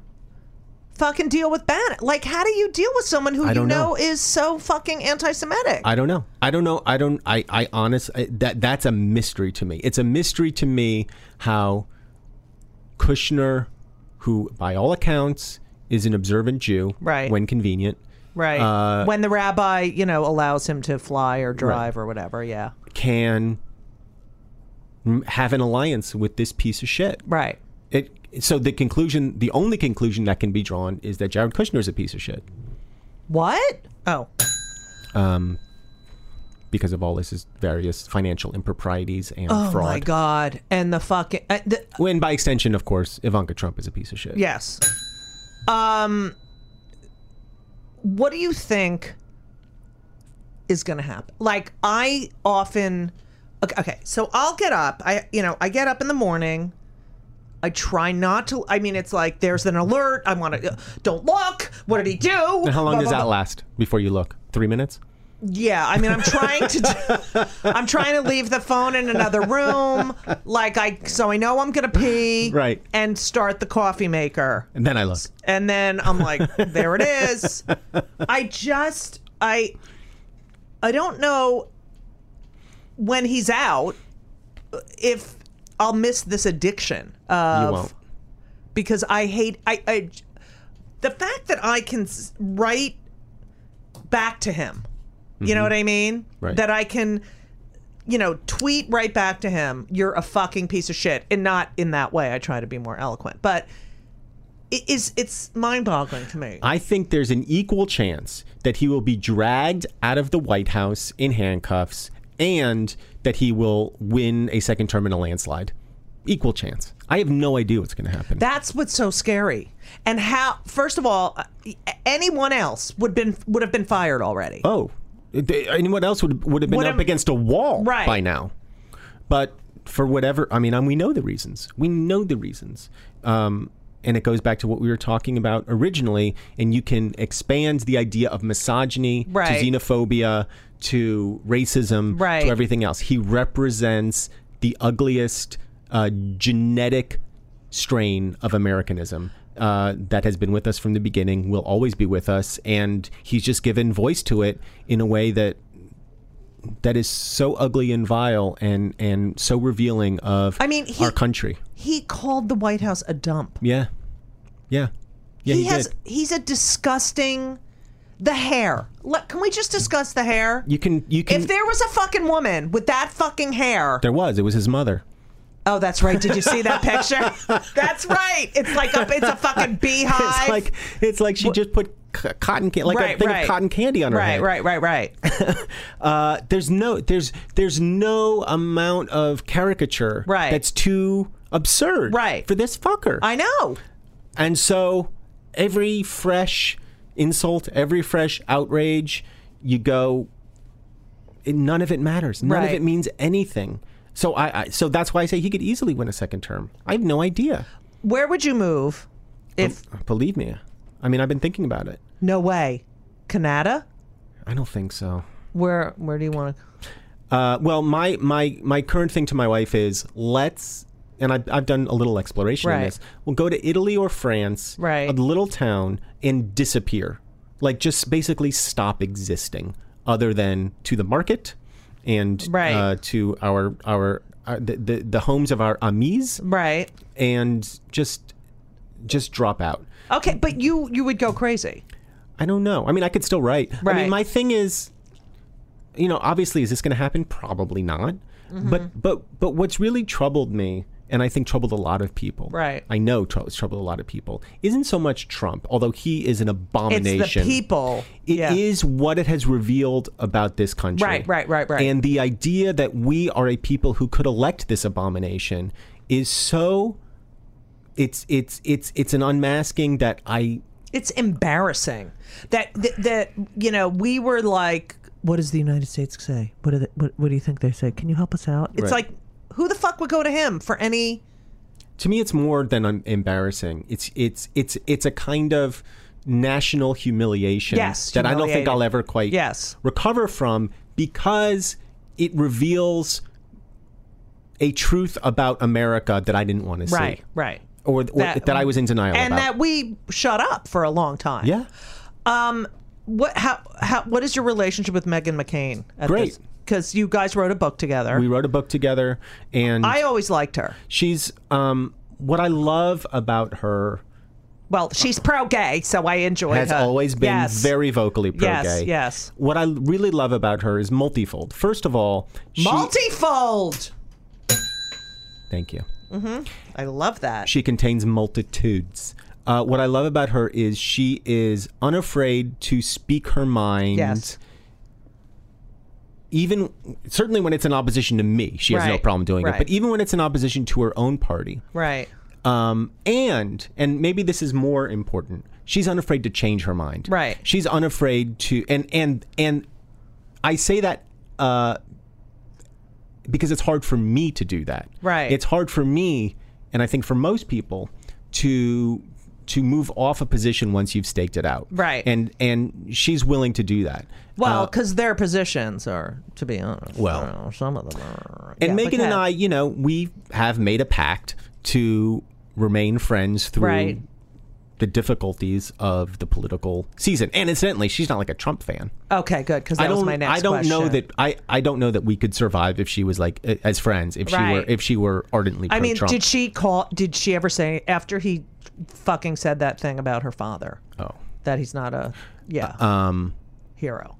S2: fucking deal with Bannon? Like, how do you deal with someone who
S3: I
S2: you know,
S3: don't know.
S2: is so fucking anti Semitic?
S3: I don't know. I don't know. I don't. I. I honest. I, that that's a mystery to me. It's a mystery to me how Kushner, who by all accounts is an observant Jew,
S2: Right.
S3: when convenient,
S2: Right.
S3: Uh,
S2: when the rabbi, you know, allows him to fly or drive or whatever. Yeah.
S3: can m- have an alliance with this piece of shit.
S2: Right.
S3: It, so the conclusion, the only conclusion that can be drawn is that Jared Kushner is a piece of shit
S2: What? Oh.
S3: because of all his various financial improprieties and
S2: Oh
S3: fraud.
S2: my God. And the fucking. Uh, the,
S3: And by extension, of course, Ivanka Trump is a piece of shit.
S2: yes. Um. What do you think is going to happen? Like, I often. Okay, okay. So I'll get up. I, you know, I get up in the morning. I try not to. I mean, it's like there's an alert. I want to. Don't look. What did he do?
S3: And how long
S2: Blah,
S3: does
S2: blah,
S3: that
S2: blah.
S3: last before you look? Three minutes?
S2: Yeah, I mean, I'm trying to, do, [LAUGHS] I'm trying to leave the phone in another room, like I, so I know I'm gonna pee,
S3: Right.
S2: and start the coffee maker,
S3: And then I look.
S2: and then I'm like, there it is. I just, I, I don't know when he's out if I'll miss this addiction of
S3: you won't.
S2: because I hate I, I the fact that I can s- write back to him. You know what I mean?
S3: Mm-hmm. Right.
S2: That I can you know tweet right back to him, you're a fucking piece of shit and not in that way. I try to be more eloquent, but it is it's mind-boggling to me.
S3: I think there's an equal chance that he will be dragged out of the White House in handcuffs and that he will win a second term in a landslide. Equal chance. I have no idea what's going to happen.
S2: That's what's so scary. And how first of all, uh, anyone else would been would have been fired already.
S3: oh, they- anyone else would would have been
S2: Would
S3: up
S2: have-
S3: against a wall
S2: Right.
S3: by now. But for whatever, I mean, and we know the reasons. We know the reasons. Um, and it goes back to what we were talking about originally. And you can expand the idea of misogyny
S2: Right.
S3: to xenophobia to racism
S2: Right.
S3: to everything else. He represents the ugliest uh, genetic strain of Americanism uh, that has been with us from the beginning, will always be with us, and he's just given voice to it in a way that that is so ugly and vile and and so revealing of
S2: I mean, he-
S3: our country.
S2: He called the White House a dump.
S3: Yeah, yeah, yeah. He,
S2: he has
S3: did.
S2: he's a disgusting the hair Look, can we just discuss the hair
S3: You can you can.
S2: if there was a fucking woman with that fucking hair
S3: there was. It was his mother. [LAUGHS]
S2: oh that's right did you see that picture that's right it's like a it's a fucking beehive
S3: [LAUGHS] It's like it's like she just put c- cotton can- like a
S2: Right,
S3: thing
S2: right.
S3: of cotton candy on her
S2: right
S3: head.
S2: right right right
S3: [LAUGHS] uh, there's no there's there's no amount of caricature
S2: Right.
S3: that's too absurd
S2: Right.
S3: for this fucker
S2: i know
S3: and so every fresh insult every fresh outrage you go it- none of it matters none
S2: Right.
S3: of it means anything so I, I so that's why i say he could easily win a second term i have no idea
S2: where would you move if
S3: Um, believe me i mean i've been thinking about it
S2: no way canada
S3: i don't think so
S2: Where Where do you want to?
S3: Uh, well, my my my current thing to my wife is let's. And I've, I've done a little exploration in
S2: Right.
S3: this. We'll go to Italy or France,
S2: Right.
S3: a little town, and disappear. Like, just basically stop existing, other than to the market and
S2: Right.
S3: uh, to our, our, our the, the, the homes of our amis,
S2: Right.
S3: and just just drop out.
S2: Okay, but you you would go crazy.
S3: I don't know. I mean, I could still write. I
S2: Right.
S3: mean, my thing is, you know, obviously, is this going to happen? Probably not.
S2: Mm-hmm.
S3: But but but what's really troubled me, and I think troubled a lot of people.
S2: Right.
S3: I know trou- it's troubled a lot of people. Isn't so much Trump, although he is an
S2: It's
S3: abomination.
S2: the people.
S3: It is
S2: yeah.
S3: what it has revealed about this country.
S2: Right, right, right, right.
S3: And the idea that we are a people who could elect this abomination is so it's it's it's it's an unmasking that I
S2: It's embarrassing that, that that you know we were like, what does the United States say? What do they, what, what do you think they say? Can you help us out? It's
S3: Right.
S2: like, who the fuck would go to him for any?
S3: to me it's more than um, embarrassing it's it's it's it's a kind of national humiliation
S2: Yes,
S3: that i don't think
S2: humiliating.
S3: i'll ever quite
S2: Yes.
S3: recover from because it reveals a truth about america that i didn't want to
S2: Right,
S3: see
S2: right.
S3: or, or that, I was in denial
S2: and
S3: about.
S2: that we shut up for a long time.
S3: yeah,
S2: What how how what is your relationship with Megan McCain? At
S3: Great.
S2: because you guys wrote a book together.
S3: we wrote a book together, and
S2: I always liked her.
S3: she's um, what I love about her
S2: Well, she's pro gay, so I enjoy
S3: has
S2: her.
S3: always been
S2: Yes.
S3: very vocally pro-gay.
S2: Yes, yes.
S3: What I really love about her is multifold. First of all, she,
S2: multifold.
S3: Thank you.
S2: I love that.
S3: She contains multitudes. Uh, what I love about her is she is unafraid to speak her mind.
S2: Yes.
S3: Even certainly when it's in opposition to me, she has no
S2: Right.
S3: problem doing
S2: Right.
S3: it. But even when it's in opposition to her own party,
S2: right.
S3: um, and and maybe this is more important. She's unafraid to change her mind.
S2: Right.
S3: She's unafraid to and and and I say that uh, because it's hard for me to do that.
S2: Right.
S3: It's hard for me, and I think for most people, to to move off a position once you've staked it out.
S2: Right.
S3: And and she's willing to do that. Uh,
S2: Well, because their positions are, to be honest.
S3: Well.
S2: you know, some of them are.
S3: And
S2: Yeah,
S3: Megan
S2: but
S3: and
S2: yeah.
S3: I, you know, we have made a pact to remain friends through
S2: Right.
S3: the difficulties of the political season. And incidentally, she's not like a Trump fan.
S2: Okay, good. Because
S3: I
S2: that was
S3: don't.
S2: my next.
S3: I don't know
S2: question.
S3: that. I, I don't know that we could survive if she was like uh, as friends. If she were
S2: Right.
S3: if she were ardently.
S2: I mean,
S3: pro-Trump.
S2: did she call? Did she ever say after he fucking said that thing about her father
S3: Oh.
S2: that he's not a yeah
S3: Um.
S2: hero?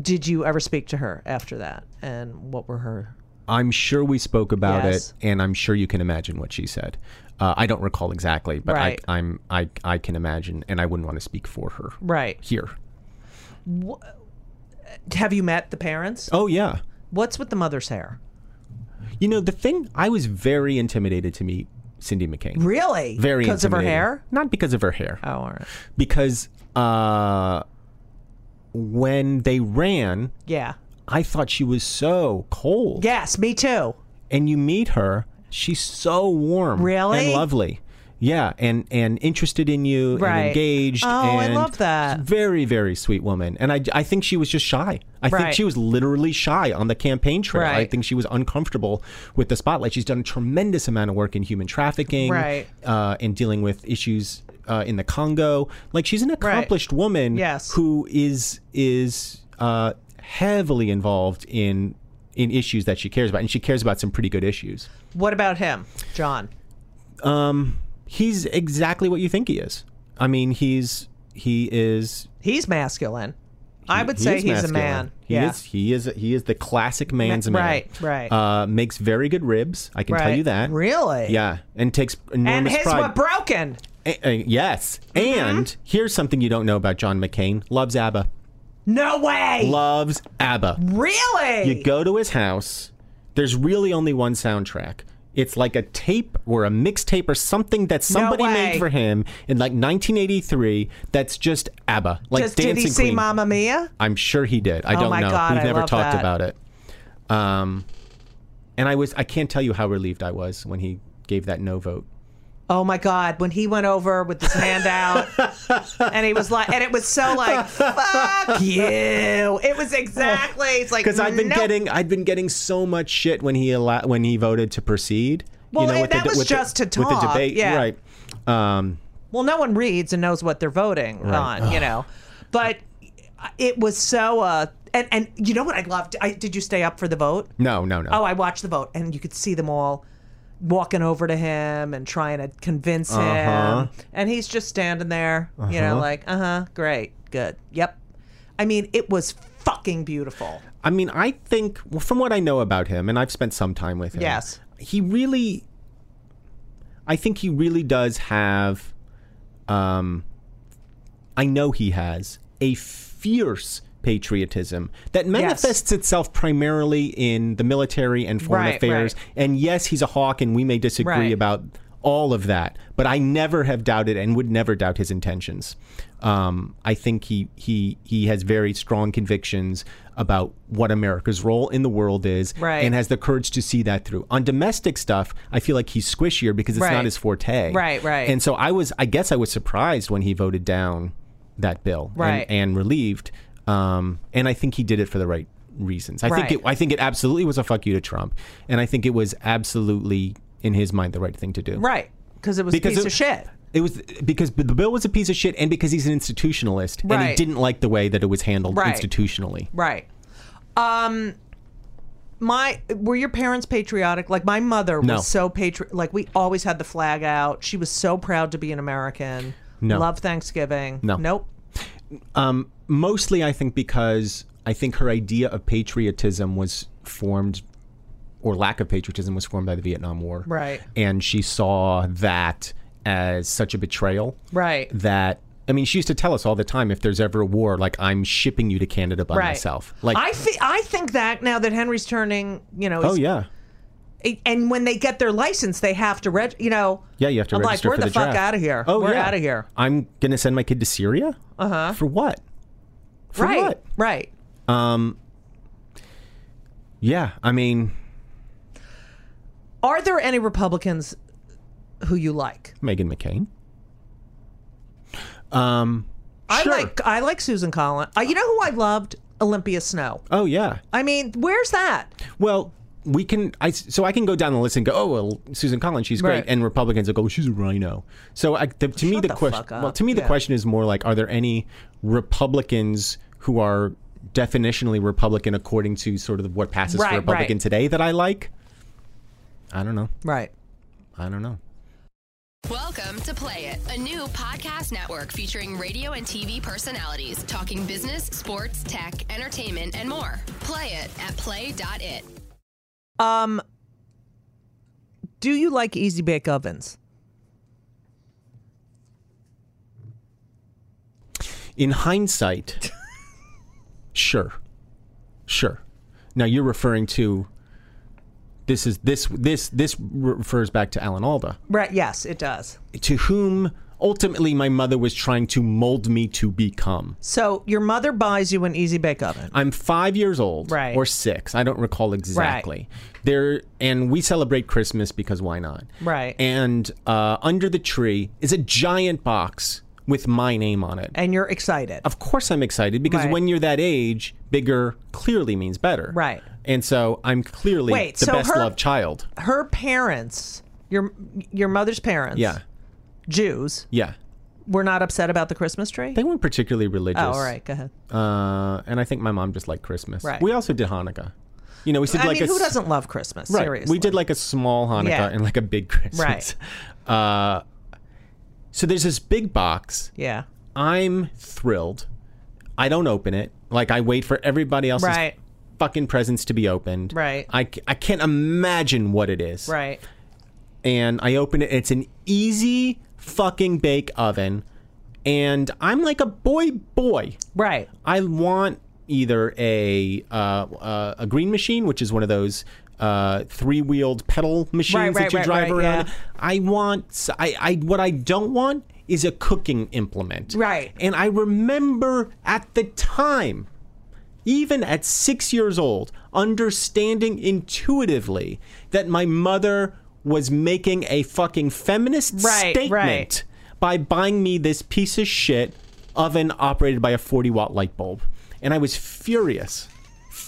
S2: Did you ever speak to her after that? And what were her?
S3: I'm sure we spoke about
S2: Yes.
S3: it, and I'm sure you can imagine what she said. Uh, I don't recall exactly, but
S2: Right.
S3: I, I'm I I can imagine, and I wouldn't want to speak for her
S2: Right.
S3: here.
S2: Have you met the parents?
S3: Oh yeah.
S2: What's with the mother's hair?
S3: You know, the thing I was very intimidated to meet Cindy McCain.
S2: Really?
S3: Very
S2: because of her
S3: intimidated.
S2: hair.
S3: Not because of her hair.
S2: Oh, all right.
S3: Because uh when they ran,
S2: Yeah.
S3: I thought she was so cold.
S2: Yes, me too.
S3: And you meet her, she's so warm.
S2: Really?
S3: And lovely. Yeah, and and interested in you
S2: Right.
S3: and engaged.
S2: Oh, I
S3: and
S2: love that.
S3: Very, very sweet woman. And I, I think she was just shy. I think
S2: Right.
S3: she was literally shy on the campaign trail. I
S2: Right.
S3: think she was uncomfortable with the spotlight. She's done a tremendous amount of work in human trafficking
S2: Right.
S3: uh, and dealing with issues uh, in the Congo. Like she's an accomplished woman
S2: Yes.
S3: who is is uh, heavily involved in in issues that she cares about, and she cares about some pretty good issues.
S2: What about him, John?
S3: He's exactly what you think he is. I mean, he's he is.
S2: He's masculine. I would
S3: he
S2: say
S3: is
S2: he's
S3: masculine.
S2: a man.
S3: He
S2: yeah.
S3: is. He is. He is the classic man's
S2: Ma-
S3: man.
S2: right, right.
S3: Uh, makes very good ribs. I can tell
S2: Right.
S3: you that.
S2: Really?
S3: Yeah, and takes enormous
S2: And his Mm-hmm.
S3: pride.
S2: were broken.
S3: A- a- yes, and here's something you don't know about John McCain. Loves ABBA.
S2: No way.
S3: Loves ABBA.
S2: really?
S3: You go to his house. There's really only one soundtrack. It's like a tape or a mixtape or something that somebody made
S2: way.
S3: for him in like 1983. That's just ABBA, like
S2: Just,
S3: Dancing
S2: did he see
S3: Queen.
S2: Mamma Mia?
S3: I'm sure he did. I
S2: Oh
S3: don't
S2: my
S3: know.
S2: God,
S3: We've
S2: I
S3: never
S2: love
S3: talked
S2: that.
S3: about it. Um, and I was I can't tell you how relieved I was when he gave that no vote.
S2: Oh my God! When he went over with his hand
S3: [LAUGHS]
S2: out, and he was like, and it was so like, "Fuck you!" It was exactly. It's like
S3: Because I've been
S2: nope.
S3: getting I'd been getting so much shit when he allo- when he voted to proceed.
S2: Well, and
S3: the
S2: that
S3: de-
S2: was just to
S3: with the
S2: talk,
S3: debate,
S2: yeah.
S3: right? Um,
S2: well, no one reads and knows what they're voting on, you know. But it was so, uh, and and you know what I loved? I, did you stay up for the vote?
S3: no, no, no.
S2: Oh, I watched the vote, and you could see them all walking over to him and trying to convince
S3: Uh-huh.
S2: him, and he's just standing there, you know, like, uh huh, great, good, yep. I mean, it was fucking beautiful.
S3: I mean, I think well, from what I know about him, and I've spent some time with him.
S2: Yes.
S3: he really. I think he really does have. Um, I know he has a fierce patriotism that manifests itself primarily in the military and foreign
S2: Right,
S3: affairs.
S2: right.
S3: And yes, he's a hawk, and we may disagree
S2: Right.
S3: about all of that. But I never have doubted and would never doubt his intentions. Um, I think he he he has very strong convictions about what America's role in the world is,
S2: Right.
S3: and has the courage to see that through. On domestic stuff, I feel like he's squishier because it's
S2: Right.
S3: not his forte.
S2: Right, right.
S3: And so I was, I guess, I was surprised when he voted down that bill, and-
S2: Right.
S3: and, relieved. Um, and I think he did it for the right reasons. I
S2: Right.
S3: think it, I think it absolutely was a fuck you to Trump, and I think it was absolutely in his mind the right thing to do.
S2: Right. Because it was
S3: Because
S2: a piece
S3: it-
S2: of shit.
S3: It was because the bill was a piece of shit, and because he's an institutionalist, and he
S2: Right.
S3: didn't like the way that it was handled
S2: Right.
S3: institutionally.
S2: Right. Um my were your parents patriotic? Like my mother
S3: No.
S2: was so patri like we always had the flag out. She was so proud to be an American.
S3: No.
S2: Love Thanksgiving.
S3: No.
S2: Nope.
S3: Um, mostly, I think because I think her idea of patriotism was formed, or lack of patriotism was formed by the Vietnam War.
S2: Right.
S3: And she saw that as such a betrayal.
S2: Right.
S3: That I mean, she used to tell us all the time if there's ever a war, like I'm shipping you to Canada by
S2: Right.
S3: myself. Like,
S2: I fe- I think that now that Henry's turning, you know,
S3: oh
S2: he's-
S3: yeah,
S2: and when they get their license, they have to reg, you know.
S3: yeah, you have to
S2: I'm
S3: register
S2: like,
S3: for
S2: we're
S3: the,
S2: the, fuck
S3: draft.
S2: out of here.
S3: Oh
S2: we're
S3: yeah,
S2: out of here. Uh-huh.
S3: I'm gonna send my kid to Syria. Uh huh. For what? For
S2: right.
S3: what? Um,
S2: Right.
S3: Yeah, I mean
S2: Are there any Republicans who you like?
S3: Megan McCain. Um,
S2: I
S3: sure.
S2: like I like Susan Collins. Uh, you know who I loved? Olympia Snow.
S3: Oh yeah.
S2: I mean, where's that?
S3: Well, we can. I so I can go down the list and go. Oh well, Susan Collins, she's great,
S2: Right.
S3: and Republicans will go. "Oh, She's a rhino. So I, the, to me,
S2: Shut
S3: the,
S2: the
S3: question.
S2: fuck up.
S3: Well, to me, the
S2: Yeah.
S3: question is more like: Are there any Republicans who are definitionally Republican according to sort of what passes
S2: Right,
S3: for
S2: right.
S3: Republican today that I like? I don't know.
S2: Right.
S3: I don't know.
S4: Welcome to Play It, a new podcast network featuring radio and TV personalities talking business, sports, tech, entertainment, and more. Play it at play.it.
S2: Um do you like easy bake ovens?
S3: In hindsight,
S2: [LAUGHS]
S3: sure, sure. Now you're referring to. This is this this this refers back to Alan Alda.
S2: Right, yes, it does.
S3: to whom ultimately my mother was trying to mold me to become.
S2: So your mother buys you an easy bake oven.
S3: I'm five years old,
S2: Right.
S3: or six. I don't recall exactly. There, and we celebrate Christmas because why not?
S2: Right.
S3: And uh, under the tree is a giant box with my name on it.
S2: And you're excited.
S3: Of course, I'm excited because
S2: Right.
S3: when you're that age, bigger clearly means better.
S2: Right.
S3: And so I'm clearly
S2: Wait,
S3: the
S2: so
S3: best
S2: her-
S3: loved child.
S2: Her parents, your your mother's parents,
S3: Yeah.
S2: Jews,
S3: Yeah.
S2: were not upset about the Christmas tree?
S3: They weren't particularly religious.
S2: oh, all right, go ahead.
S3: Uh, and I think my mom just liked Christmas.
S2: Right.
S3: We also did Hanukkah. You know, we did
S2: I
S3: like
S2: mean,
S3: a
S2: who
S3: s-
S2: doesn't love Christmas?
S3: right.
S2: Seriously.
S3: We did like a small Hanukkah
S2: Yeah.
S3: and like a big [LAUGHS] Christmas. Right. Uh, so there's this big box.
S2: Yeah.
S3: I'm thrilled. I don't open it. Like I wait for everybody else's
S2: Right.
S3: fucking presents to be opened.
S2: Right.
S3: I, c- I can't imagine what it is.
S2: Right.
S3: And I open it. It's an easy fucking bake oven. And I'm like a boy boy.
S2: Right.
S3: I want either a uh, uh, a green machine, which is one of those uh, three wheeled pedal machines
S2: Right, right,
S3: that you
S2: right,
S3: drive
S2: right,
S3: around.
S2: yeah.
S3: I want. s- I, I what I don't want is a cooking implement.
S2: Right.
S3: And I remember at the time. Even at six years old, understanding intuitively that my mother was making a fucking feminist
S2: Right,
S3: statement
S2: right.
S3: by buying me this piece of shit oven operated by a 40 watt light bulb. And I was furious,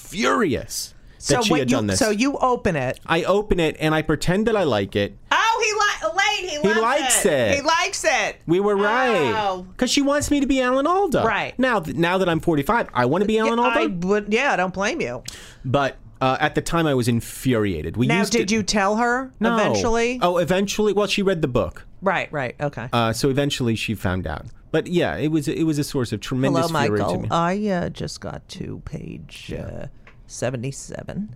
S3: furious that she
S2: what
S3: had
S2: you,
S3: done this.
S2: So you open it.
S3: I open it and I pretend that I like it.
S2: Oh, he li- Elaine, he, loves
S3: likes it.
S2: He likes it.
S3: We were right
S2: Oh.
S3: because she wants me to be Alan Alda.
S2: Right.
S3: now, th- now that I'm 45, I want to be Alan Alda.
S2: I would. Yeah, I don't blame you.
S3: But uh, at the time, I was infuriated. We
S2: Now,
S3: used
S2: did
S3: to,
S2: you tell her
S3: No.
S2: eventually?
S3: Oh, eventually. Well, she read the book,
S2: Right, right. Okay.
S3: uh, so eventually she found out. But yeah, it was it was a source of
S2: Hello,
S3: tremendous fury to
S2: Michael.
S3: me.
S2: I uh, just got to page uh, 77.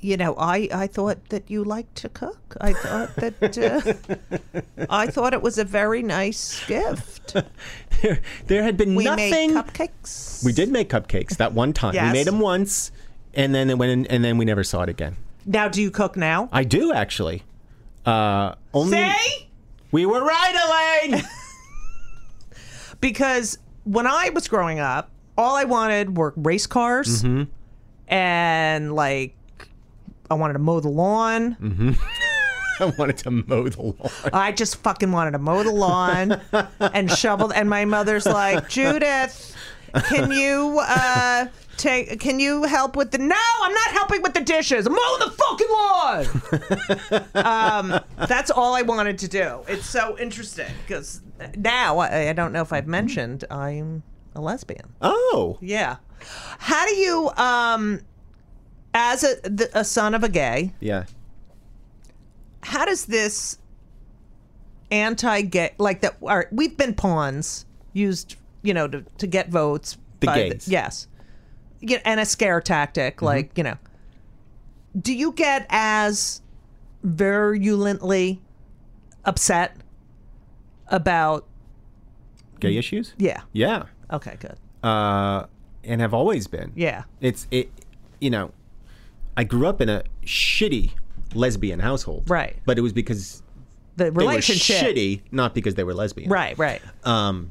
S2: You know, I, I thought that you liked to cook. I thought that uh,
S3: [LAUGHS]
S2: I thought it was a very nice gift.
S3: there, there had been
S2: We
S3: nothing.
S2: made cupcakes.
S3: we did make cupcakes that one time.
S2: Yes.
S3: We made them once, and then it went in, and then we never saw it again.
S2: Now, do you cook now?
S3: I do actually. Uh, only
S2: Say?
S3: we were right, Elaine. [LAUGHS]
S2: because when I was growing up, all I wanted were race cars
S3: Mm-hmm.
S2: and like I wanted to mow the lawn.
S3: I wanted to mow the lawn.
S2: I just fucking wanted to mow the lawn and shovel. And my mother's like, Judith, can you uh, take? Can you help with the? No, I'm not helping with the dishes. Mow the fucking lawn. um, that's all I wanted to do. It's so interesting because now I, I don't know if I've mentioned I'm a lesbian.
S3: Oh,
S2: Yeah. How do you, um, as a, the, a son of a gay,
S3: yeah.
S2: how does this anti-gay like that are we've been pawns used you know to, to get votes
S3: The
S2: by
S3: gays. Mm-hmm.
S2: yes yeah, and a scare tactic like you know do you get as virulently upset about
S3: Gay issues.
S2: yeah
S3: Yeah.
S2: okay good
S3: Uh, and have always been.
S2: yeah
S3: It's it, you know, I grew up in a shitty lesbian household.
S2: Right.
S3: But it was because
S2: the
S3: they
S2: relationship
S3: were shitty, not because they were lesbian.
S2: right right
S3: Um,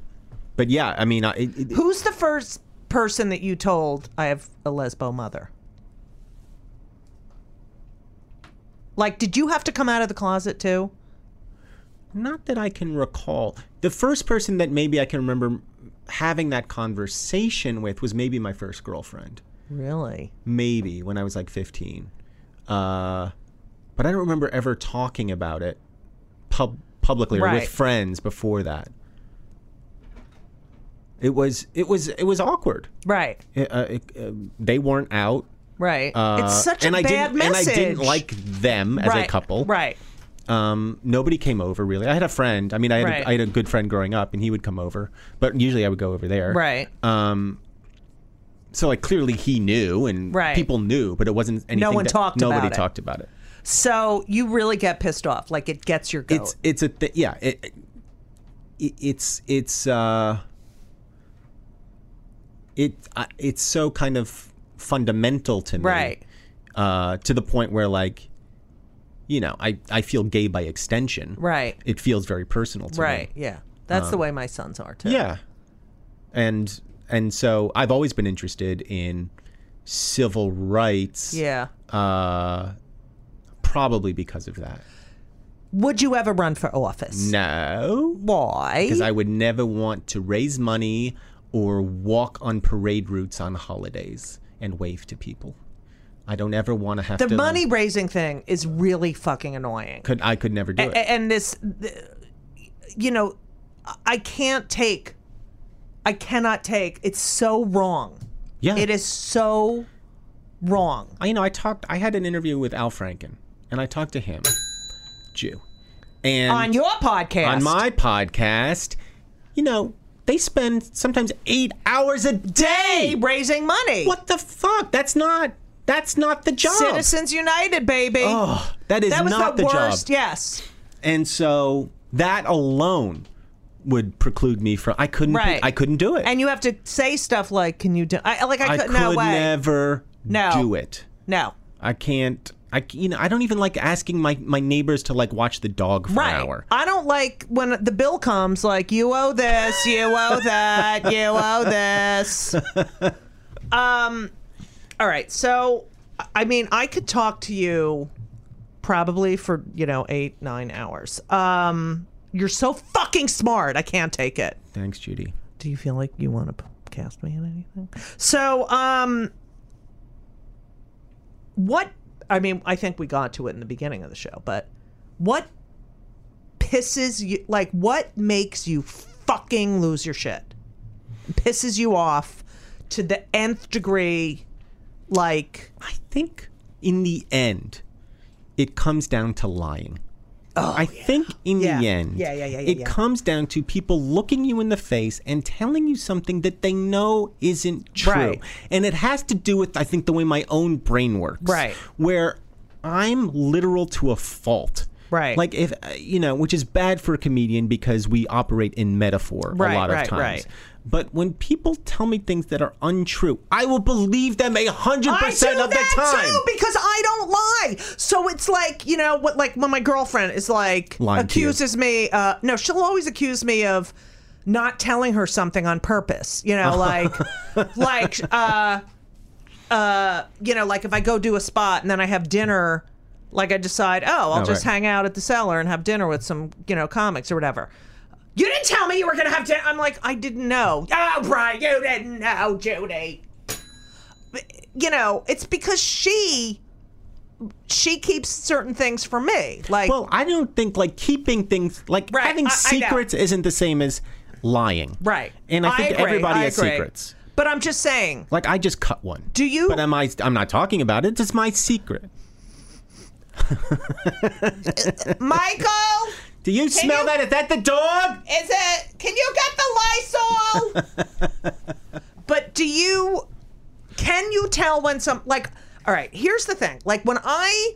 S3: but yeah, I mean, I, it, it-
S2: who's the first person that you told i have a lesbo mother like did you have to come out of the closet too
S3: not that I can recall. The first person that maybe I can remember having that conversation with was maybe my first girlfriend.
S2: Really?
S3: maybe when I was like 15. Uh, but I don't remember ever talking about it pub- publicly or
S2: Right.
S3: with friends before that. It was it was it was awkward.
S2: Right.
S3: It, uh, it, uh, they weren't out.
S2: Right.
S3: Uh,
S2: it's such a
S3: and I
S2: bad
S3: didn't,
S2: message.
S3: And I didn't like them as
S2: right.
S3: a couple.
S2: Right.
S3: Um, nobody came over really. I had a friend. I mean, I had,
S2: Right.
S3: a, I had a good friend growing up, and he would come over. But usually, I would go over there.
S2: Right.
S3: Um, so like clearly he knew and
S2: Right.
S3: people knew, but it wasn't anything.
S2: one
S3: that-
S2: talked
S3: Nobody
S2: about it.
S3: talked about it.
S2: So you really get pissed off. Like it gets your goat.
S3: It's it's a thi- yeah. It, it, it's it's uh. It I it's so kind of fundamental to me,
S2: right.
S3: Uh, to the point where like, you know, I I feel gay by extension.
S2: Right.
S3: It feels very personal to me. Uh,
S2: Right. Yeah. That's the way my sons are too.
S3: Yeah. And and so I've always been interested in civil rights.
S2: Yeah.
S3: Uh probably because of that.
S2: Would you ever run for office?
S3: No.
S2: Why?
S3: Because I would never want to raise money or walk on parade routes on holidays and wave to people. I don't ever want to have
S2: the
S3: to
S2: money raising thing is really fucking annoying.
S3: could I could never do
S2: A-
S3: it.
S2: and this th- you know i can't take i cannot take it's so wrong
S3: yeah.
S2: it is so wrong
S3: I- you know, I talked I had an interview with Al Franken and I talked to him. Jew. And
S2: on your podcast
S3: on my podcast, you know, they spend sometimes eight hours a day.
S2: raising money
S3: What the fuck? That's not that's not the job.
S2: citizens united baby
S3: Ugh, that is
S2: that was
S3: not
S2: the,
S3: the,
S2: worst
S3: job.
S2: yes
S3: And so that alone would preclude me from I couldn't
S2: Right.
S3: I couldn't do it.
S2: and you have to say stuff like can you do i like i,
S3: I could
S2: no way
S3: never
S2: No.
S3: do it.
S2: no
S3: I can't I c- you know, I don't even like asking my, my neighbors to like watch the dog for
S2: Right.
S3: an hour.
S2: I don't like when the bill comes like you owe this, you owe that, you owe
S3: [LAUGHS]
S2: this. Um all right. So I mean, I could talk to you probably for you know eight nine hours. Um, you're so fucking smart. I can't take it.
S3: Thanks, Judy.
S2: Do you feel like you want to cast me in anything? So, um, what? I mean, I think we got to it in the beginning of the show, but what pisses you? Like, what makes you fucking lose your shit? Pisses you off to the nth degree? Like,
S3: I think in the end, it comes down to lying.
S2: oh,
S3: I think in
S2: Yeah.
S3: the end,
S2: Yeah, yeah, yeah, yeah,
S3: it
S2: yeah.
S3: comes down to people looking you in the face and telling you something that they know isn't true.
S2: Right.
S3: And it has to do with, I think, the way my own brain works.
S2: Right.
S3: Where I'm literal to a fault.
S2: Right.
S3: Like, if, uh, you know, which is bad for a comedian because we operate in metaphor
S2: Right,
S3: a lot
S2: right,
S3: of times.
S2: right.
S3: But when people tell me things that are untrue, I will believe them 100%
S2: I do
S3: of the
S2: that
S3: time.
S2: too because I don't lie. So it's like you know what, like when my girlfriend is like
S3: Lying to you.
S2: accuses me. Uh, no, she'll always accuse me of not telling her something on purpose. You
S3: [LAUGHS]
S2: know, like like uh, uh, you know, like if I go do a spot and then I have dinner. Like I decide, oh, I'll
S3: Oh,
S2: just
S3: right.
S2: hang out at the cellar and have dinner with some, you know, comics or whatever. You didn't tell me you were gonna have dinner. I'm like, I didn't know. Oh, right, you didn't know, Judy you know, it's because she she keeps certain things for me. Like
S3: Well, I don't think like keeping things like
S2: Right,
S3: having
S2: I- I know.
S3: secrets isn't the same as lying.
S2: right.
S3: And I think
S2: agree,
S3: everybody
S2: I
S3: has
S2: agree.
S3: secrets.
S2: But I'm just saying.
S3: Like I just cut one.
S2: Do you-
S3: But am I I'm not talking about it. It's my secret.
S2: Michael,
S3: Do you smell
S2: you-
S3: that? Is that the dog?
S2: is it can you get the Lysol?
S3: [LAUGHS]
S2: but do you can you tell when some like all right, here's the thing. Like when I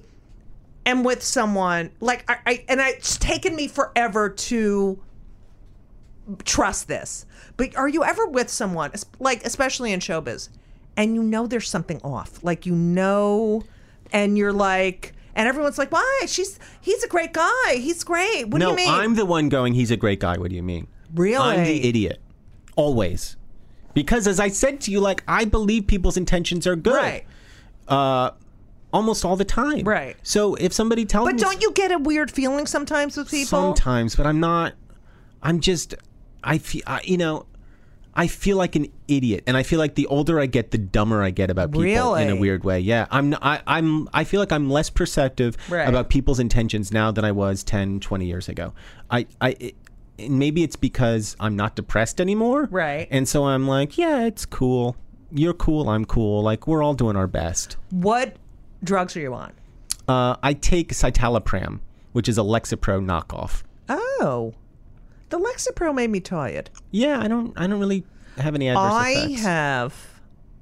S2: am with someone, like I, I and I, it's taken me forever to trust this. But are you ever with someone, es- like especially in showbiz, and you know there's something off? Like you know, and you're like, and everyone's like, "Why? She's he's a great guy. He's great. What
S3: no,
S2: do you mean?"
S3: I'm the one going, he's a great guy. What do you mean?
S2: Really?
S3: I'm the idiot. Always. Because as I said to you, like I believe people's intentions are good.
S2: right.
S3: Almost all the time.
S2: Right.
S3: So if somebody tells
S2: But
S3: me
S2: don't you get a weird feeling sometimes with people?
S3: sometimes, but I'm not. I'm just. I feel. I, you know. I feel like an idiot, and I feel like the older I get, the dumber I get about people in
S2: Really?
S3: a weird way. Yeah, I'm. n- I, am I feel like I'm less perceptive
S2: Right.
S3: about people's intentions now than I was 10, 20 years ago. I. I. It, and maybe it's because I'm not depressed anymore.
S2: Right.
S3: And so I'm like, yeah, it's cool. You're cool. I'm cool. Like we're all doing our best.
S2: What drugs are you on?
S3: Uh, I take citalopram, which is a Lexapro knockoff.
S2: Oh, the Lexapro made me tired.
S3: Yeah, I don't. I don't really have any adverse
S2: I
S3: effects.
S2: have.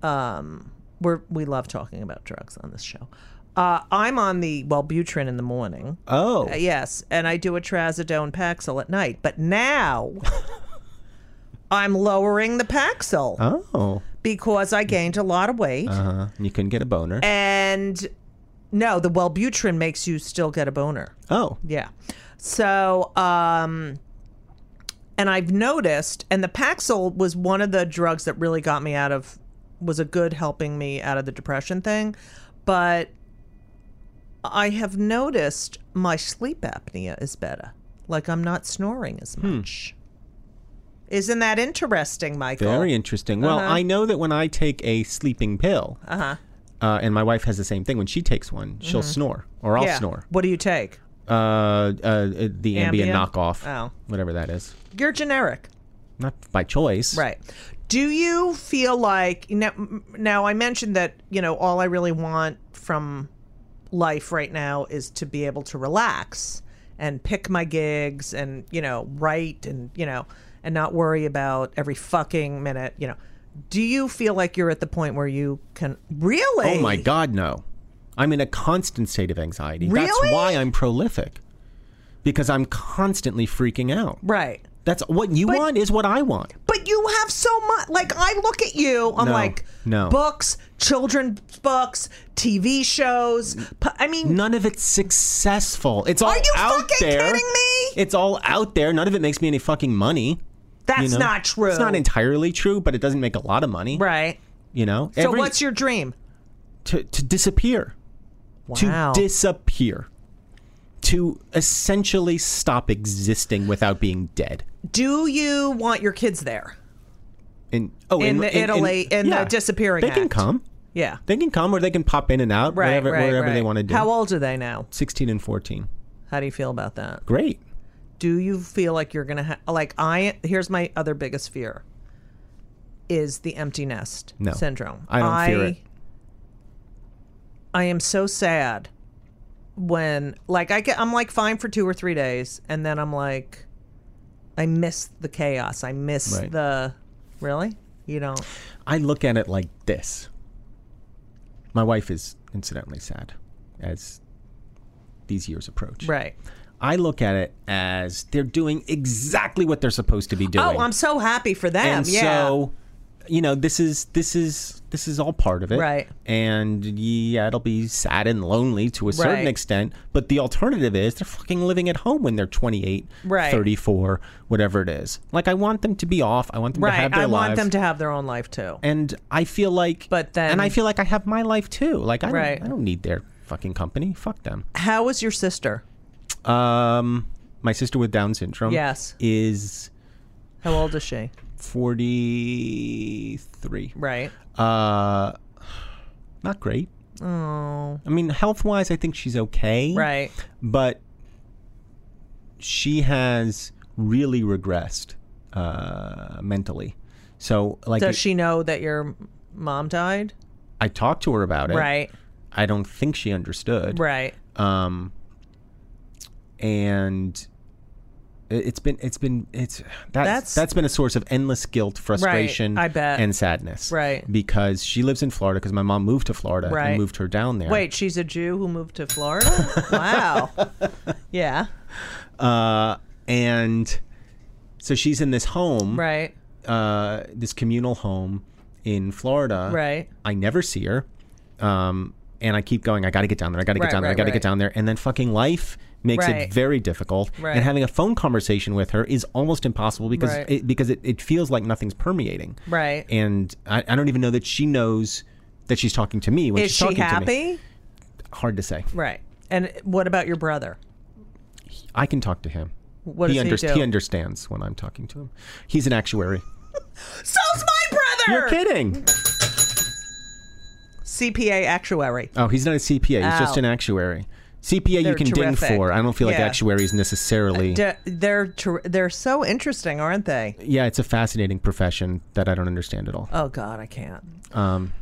S2: Um, we're we love talking about drugs on this show. Uh, I'm on the Wellbutrin in the morning.
S3: oh,
S2: Uh, yes, and I do a trazodone Paxil at night. But [LAUGHS] now I'm lowering the Paxil
S3: oh.
S2: because I gained a lot of weight.
S3: Uh, you couldn't get a boner.
S2: And no, the Wellbutrin makes you still get a boner.
S3: oh,
S2: Yeah. So, um, and I've noticed, and the Paxil was one of the drugs that really got me out of, was a good helping me out of the depression thing. But I have noticed my sleep apnea is better. Like I'm not snoring as
S3: Hmm.
S2: much. Isn't that interesting, Michael?
S3: very interesting. Well,
S2: Uh-huh.
S3: I know that when I take a sleeping pill, uh-huh. and my wife has the same thing. When she takes one, she'll snore, or I'll
S2: Mm-hmm. yeah.
S3: snore.
S2: What do you take?
S3: Uh, uh, the ambient,
S2: Ambien?
S3: knockoff,
S2: Oh.
S3: whatever that is,
S2: You're generic.
S3: not by choice.
S2: Right. Do you feel like now, now I mentioned that, you know, all I really want from life right now is to be able to relax and pick my gigs and, you know, write and, you know, and not worry about every fucking minute, you know. Do you feel like you're at the point where you can really?
S3: Oh my God, no! I'm in a constant state of anxiety.
S2: Really?
S3: That's why I'm prolific, because I'm constantly freaking out.
S2: Right.
S3: That's what you want is what I want.
S2: But you have so much. Like I look at you, I'm
S3: No,
S2: like,
S3: no.
S2: books, children's books, TV shows. pu- I mean,
S3: None of it's successful. It's all
S2: Are you
S3: out
S2: fucking
S3: there.
S2: kidding me?
S3: It's all out there. None of it makes me any fucking money.
S2: that's
S3: you know?
S2: not true.
S3: It's not entirely true, but it doesn't make a lot of money.
S2: Right.
S3: You know.
S2: So what's your dream?
S3: to, to disappear?
S2: Wow.
S3: To disappear. to essentially stop existing without being dead.
S2: Do you want your kids there?
S3: And oh,
S2: In
S3: and-
S2: the
S3: and- and-
S2: Italy- in the
S3: yeah.
S2: Disappearing
S3: They can
S2: Act.
S3: come.
S2: Yeah.
S3: They can come, or they can pop in and out
S2: Right.
S3: wherever,
S2: right,
S3: wherever they
S2: right.
S3: want to do.
S2: How old are they now?
S3: Sixteen and fourteen.
S2: How do you feel about that?
S3: Great.
S2: do you feel like you're gonna ha- like i here's my other biggest fear is the empty nest
S3: No.
S2: syndrome
S3: I don't fear it.
S2: i am so sad when like i get i'm like fine for two or three days and then i'm like i miss the chaos i miss
S3: Right.
S2: the really you don't
S3: I look at it like this. My wife is incidentally sad as these years approach.
S2: right
S3: I look at it as they're doing exactly what they're supposed to be doing.
S2: oh i'm so happy for them
S3: and
S2: yeah
S3: so you know this is this is this is all part of it
S2: Right.
S3: and yeah it'll be sad and lonely to a certain
S2: Right.
S3: extent but the alternative is they're fucking living at home when they're 28
S2: Right.
S3: 34 whatever it is like i want them to be off i want them to
S2: right
S3: have their
S2: i
S3: lives
S2: want them to have their own life too
S3: and i feel like
S2: But then-
S3: and i feel like i have my life too like i,
S2: Right.
S3: don't, I don't need their fucking company fuck them
S2: how is your sister
S3: um my sister with down syndrome
S2: Yes.
S3: is
S2: how old is she
S3: 43
S2: right
S3: Uh, not great. Oh. I mean, health wise, I think she's okay.
S2: right
S3: But she has really regressed uh, mentally. So, like,
S2: Does she know that your mom died?
S3: I talked to her about it.
S2: Right,
S3: I don't think she understood.
S2: right.
S3: Um, and it- it's been it's been it's that's
S2: That's-
S3: that's, that's been a source of endless guilt frustration
S2: I bet.
S3: and sadness
S2: Right.
S3: because she lives in florida because my mom moved to florida
S2: Right.
S3: and moved her down there
S2: Wait, she's a Jew who moved to
S3: [LAUGHS]
S2: Florida? wow. Yeah,
S3: uh, and so she's in this home
S2: right,
S3: uh, this communal home in florida
S2: right.
S3: I never see her. Um, and I keep going, I got to get down there. I got to
S2: Right,
S3: get down there. I
S2: right,
S3: got to
S2: right.
S3: get down there. And then fucking life makes
S2: Right.
S3: it very difficult.
S2: Right.
S3: And having a phone conversation with her is almost impossible because
S2: Right.
S3: it, because it, it feels like nothing's permeating.
S2: Right.
S3: And I, I don't even know that she knows that she's talking to me when
S2: Is
S3: she's
S2: she
S3: talking to me.
S2: happy?
S3: Hard to say.
S2: Right. And what about your brother?
S3: I can talk to him.
S2: What
S3: he,
S2: does he
S3: underst-
S2: do?
S3: he understands when I'm talking to him. He's an actuary.
S2: So's my brother!
S3: You're kidding.
S2: CPA actuary.
S3: Oh, he's not a CPA. He's just
S2: Ow.
S3: an actuary. CPA
S2: Oh. They're
S3: you can
S2: terrific.
S3: ding for. I don't feel like
S2: Yeah. Uh,
S3: actuaries necessarily.
S2: De- they're ter- they're so interesting, aren't they?
S3: yeah, it's a fascinating profession that I don't understand at all.
S2: Oh God, I can't.
S3: Um,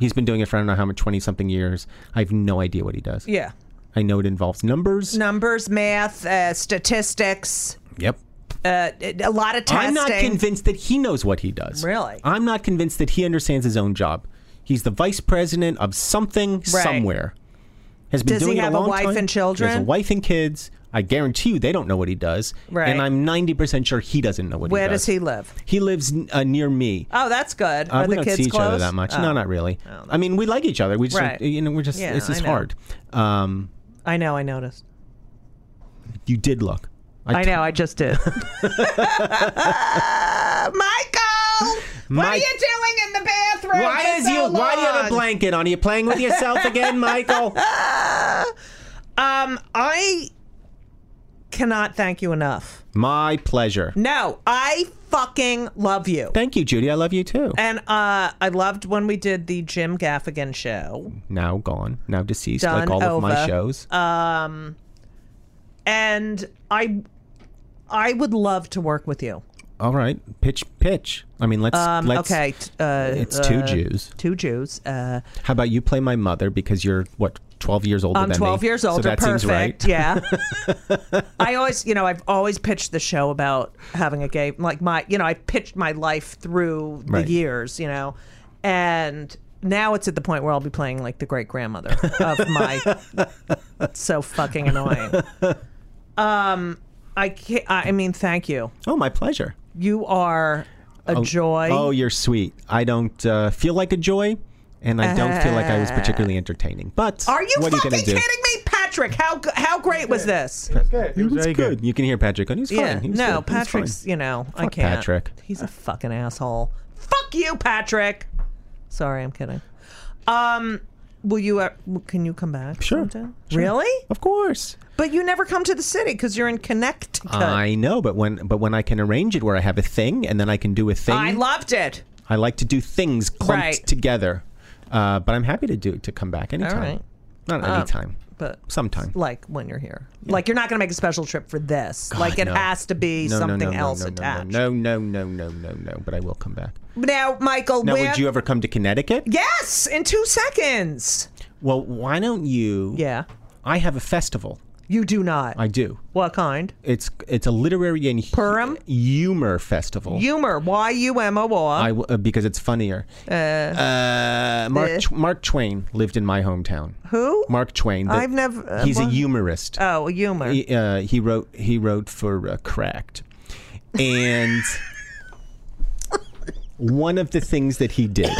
S3: he's been doing it for I don't know how much, 20 something years. I have no idea what he does.
S2: Yeah,
S3: I know it involves numbers.
S2: numbers, math, uh, statistics,
S3: Yep.
S2: uh, a lot of testing.
S3: I'm not convinced that he knows what he does.
S2: Really?
S3: I'm not convinced that he understands his own job. He's the vice president of something somewhere. Has been
S2: Does he
S3: doing it
S2: have a
S3: a long
S2: wife
S3: time.
S2: and children?
S3: He has a wife and kids. I guarantee you they don't know what he does.
S2: Right.
S3: And I'm 90% sure he doesn't know what
S2: Where
S3: he does.
S2: does he live?
S3: He lives uh, near me.
S2: Oh, that's good.
S3: Uh,
S2: Are
S3: we
S2: the
S3: don't
S2: kids
S3: see each
S2: close?
S3: other that much.
S2: Oh.
S3: No, not really. I mean, we like each other. We just,
S2: Right.
S3: you know, we're just.
S2: Yeah,
S3: this
S2: I
S3: is
S2: know.
S3: hard. Um,
S2: I know. I noticed.
S3: you did look.
S2: I
S3: t-
S2: know. I just
S3: [LAUGHS]
S2: did. [LAUGHS] Michael, what are
S3: Mike-
S2: you doing in the bathroom?
S3: Why
S2: for
S3: is
S2: so
S3: you? Why do you have a
S2: long?
S3: blanket on? Are you playing with yourself
S2: [LAUGHS]
S3: again, Michael?
S2: Um, I cannot thank you enough.
S3: My pleasure.
S2: No, I fucking love you.
S3: Thank you, Judy. I love you too.
S2: and uh, I loved when we did the Jim Gaffigan show.
S3: Now gone. Now deceased.
S2: Done
S3: Like all of my
S2: over. Uh,
S3: shows.
S2: and I I would love to work with you.
S3: all right. Pitch. Pitch. I mean, let's.
S2: Um,
S3: let's
S2: okay, t- uh,
S3: It's
S2: uh,
S3: two Jews.
S2: Two Jews. Uh,
S3: How about you play my mother because you're what? 12 years older
S2: I'm
S3: than
S2: 12
S3: me.
S2: years
S3: So
S2: older.
S3: that
S2: perfect.
S3: seems right.
S2: Yeah.
S3: [LAUGHS]
S2: I always, you know, I've always pitched the show about having a gay, like my, you know, I pitched my life through the
S3: Right.
S2: years, you know, and now it's at the point where I'll be playing like the great grandmother of my.
S3: [LAUGHS]
S2: so fucking annoying. Um, I can't, I I mean, thank you.
S3: Oh, my pleasure.
S2: You are a joy.
S3: Oh, you're sweet. I don't uh, feel like a joy, and I don't feel like I was
S2: [LAUGHS]
S3: particularly entertaining. But
S2: are you
S3: what are you
S2: fucking
S3: gonna
S2: kidding
S3: do?
S2: me, Patrick? How g- how great was this?
S5: good. It
S3: He
S5: was
S3: was
S5: very
S3: Mm, good.
S5: good.
S3: You can hear Patrick. going, He was fine.
S2: Yeah,
S3: He was
S2: no,
S3: good. He was fine."
S2: Patrick's. You know, I
S3: Fuck
S2: can't.
S3: Patrick.
S2: he's a fucking asshole. Fuck you, Patrick. Sorry, I'm kidding. Um, Will you? Uh, can you come back?
S3: Sure.
S2: sometime?
S3: Sure.
S2: Really?
S3: Of course.
S2: But you never come to the city because you're in Connecticut.
S3: I know, but when but when I can arrange it where I have a thing and then I can do a thing,
S2: I loved it.
S3: I like to do things clumped
S2: Right.
S3: together. Uh, but I'm happy to do to come back anytime.
S2: right.
S3: Not anytime,
S2: Um, But
S3: sometime.
S2: like when you're here, like you're not going to make a special trip for this. like it
S3: no.
S2: has to be
S3: No, no,
S2: something
S3: no, no,
S2: else
S3: no, no,
S2: attached.
S3: No, no, no, no, no, no. But I will come back.
S2: Now, Michael,
S3: Now,
S2: where?
S3: would you ever come to Connecticut?
S2: yes, in two seconds.
S3: Well, why don't you?
S2: Yeah,
S3: I have a festival.
S2: you do not.
S3: I do.
S2: what kind?
S3: It's it's a literary and hu-
S2: Purim?
S3: humor festival.
S2: Humor. Y U M O
S3: I
S2: R.
S3: w- uh, because it's funnier. Uh, Mark
S2: eh.
S3: Mark Twain lived in my hometown.
S2: Who?
S3: Mark Twain. the-
S2: I've never- uh,
S3: he's a
S2: what?
S3: humorist.
S2: Oh, humor.
S3: He, uh, he wrote he wrote for uh, Cracked,
S2: [LAUGHS]
S3: and one of the things that he did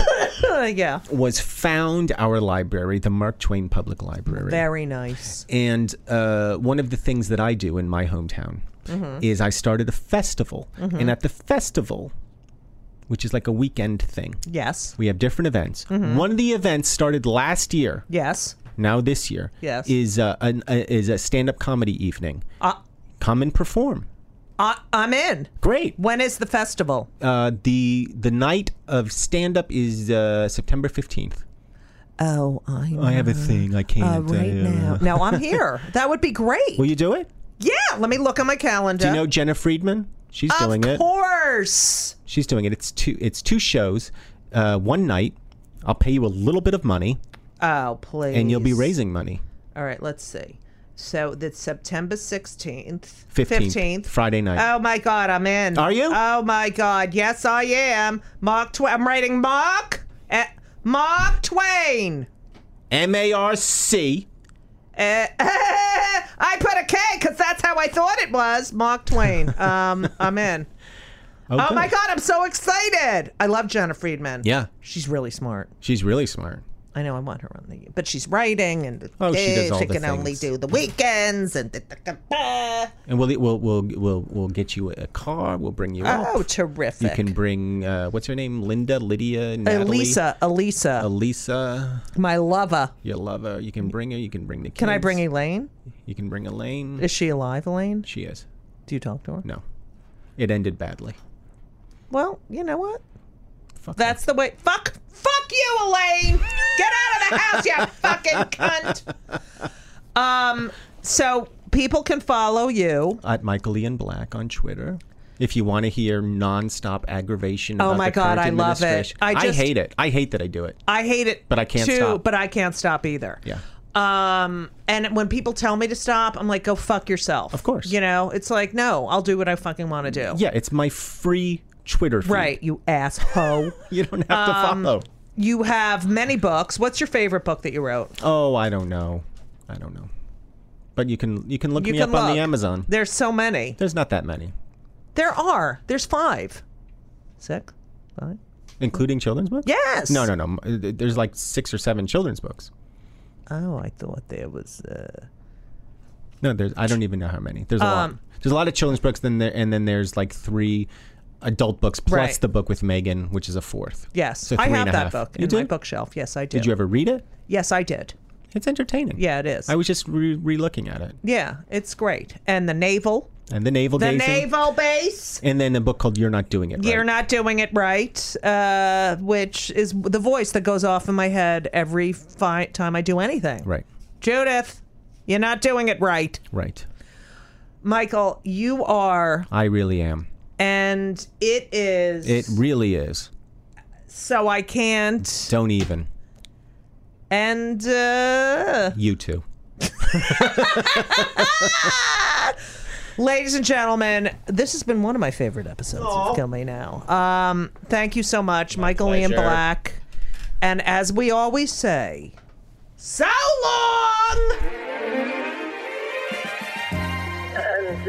S2: Uh, yeah.
S3: was found our library, the Mark Twain Public Library.
S2: Very nice.
S3: And uh, one of the things that I do in my hometown
S2: Mm-hmm.
S3: is I started a festival, and at the festival, which is like a weekend thing,
S2: Yes.
S3: we have different events.
S2: Mm-hmm.
S3: One of the events started last year.
S2: Yes.
S3: Now this year
S2: Yes.
S3: is uh, an, uh, is a stand up comedy evening.
S2: Uh,
S3: Come and perform.
S2: I, I'm in.
S3: Great.
S2: When is the festival?
S3: Uh, the the night of stand up is uh, September fifteenth.
S2: Oh, I know.
S3: I have a thing. I can't.
S2: Uh, right now. No, I'm
S3: [LAUGHS]
S2: here. That would be great.
S3: Will you do it?
S2: yeah, let me look on my calendar.
S3: Do you know Jenna Friedman? She's
S2: of
S3: doing it.
S2: course.
S3: She's doing it. It's two. It's two shows, uh, one night. I'll pay you a little bit of money,
S2: Oh, please.
S3: and you'll be raising money.
S2: All right, let's see. So that's September 16th.
S3: Fifteenth, Friday night.
S2: Oh my God, I'm in.
S3: Are you?
S2: Oh my God, yes, I am. Mark Twain. I'm writing Mark. eh, Mark Twain.
S3: M A R C.
S2: Eh, [LAUGHS] I put a K because that's how I thought it was. Mark
S3: [LAUGHS]
S2: Twain. Um, I'm in. Oh my God, I'm so excited. I love Jenna Friedman.
S3: Yeah,
S2: She's really smart.
S3: she's really smart.
S2: I know I want her on the, but she's writing and
S3: Oh, she does all
S2: she
S3: the
S2: can only
S3: things.
S2: do the weekends and. da- da- da- da.
S3: And we'll we'll we'll we'll, we'll get you a car. We'll bring you. up.
S2: Oh, terrific!
S3: You can bring uh, what's her name? Linda, Lydia, Natalie,
S2: Elisa, Elisa,
S3: Elisa,
S2: my lover.
S3: your lover. You can bring her. You can bring the. Kids.
S2: Can I bring Elaine?
S3: You can bring Elaine.
S2: Is she alive, Elaine?
S3: She is.
S2: Do you talk to her?
S3: No, it ended badly.
S2: Well, you know what?
S3: Fuck her.
S2: That's the way. Fuck, fuck you, Elaine. Get out of the house,
S3: [LAUGHS]
S2: you fucking cunt. Um. So people can follow you.
S3: at Michael Ian Black on Twitter. If you want to hear nonstop aggravation.
S2: Oh
S3: about
S2: my
S3: the
S2: God,
S3: current
S2: I love it.
S3: administration-
S2: I just-
S3: hate it. I hate that I do it.
S2: I hate it,
S3: But I can't
S2: too,
S3: stop.
S2: But I can't stop either.
S3: Yeah.
S2: Um, and when people tell me to stop, I'm like, go fuck yourself. Of
S3: course.
S2: You know, it's like, no, I'll do what I fucking want to do.
S3: Yeah, it's my free Twitter feed.
S2: Right, Um, you asshole.
S3: You don't have to follow.
S2: you have many books. What's your favorite book that you wrote?
S3: Oh, I don't know. I don't know. But you can you can look
S2: You
S3: me
S2: can
S3: up on
S2: look.
S3: the Amazon.
S2: There's so many.
S3: There's not that many,
S2: There are. There's five. Six? Five?
S3: including children's books.
S2: Yes.
S3: No, no, no. There's like six or seven children's books.
S2: Oh, I thought there was. Uh...
S3: No, there's. I don't even know how many. There's a
S2: Um,
S3: lot. There's a lot of children's books. Then there, and then there's like three adult books plus
S2: Right.
S3: the book with Megan, which is a fourth.
S2: Yes,
S3: so
S2: I
S3: three
S2: have
S3: and a
S2: that
S3: half.
S2: book
S3: You
S2: in my
S3: did?
S2: bookshelf. Yes, I did.
S3: Did you ever read it?
S2: Yes, I did.
S3: It's entertaining.
S2: Yeah, it is.
S3: I was just re- re-looking at it,
S2: Yeah, it's great. And the navel,
S3: and the navel
S2: the
S3: gazing,
S2: naval base.
S3: and then a book called "You're Not Doing It." Right.
S2: You're not doing it right, uh, which is the voice that goes off in my head every fi- time I do anything.
S3: Right.
S2: Judith, you're not doing it right.
S3: Right.
S2: Michael, you are,
S3: I really am.
S2: and it is.
S3: It really is.
S2: so I can't.
S3: Don't even.
S2: And uh,
S3: You two.
S2: ladies and gentlemen, this has been one of my favorite episodes
S1: Aw.
S2: of Kill Me Now. Um, thank you so much, Michael Ian
S3: pleasure.
S2: Black. And as we always say, so long.
S5: and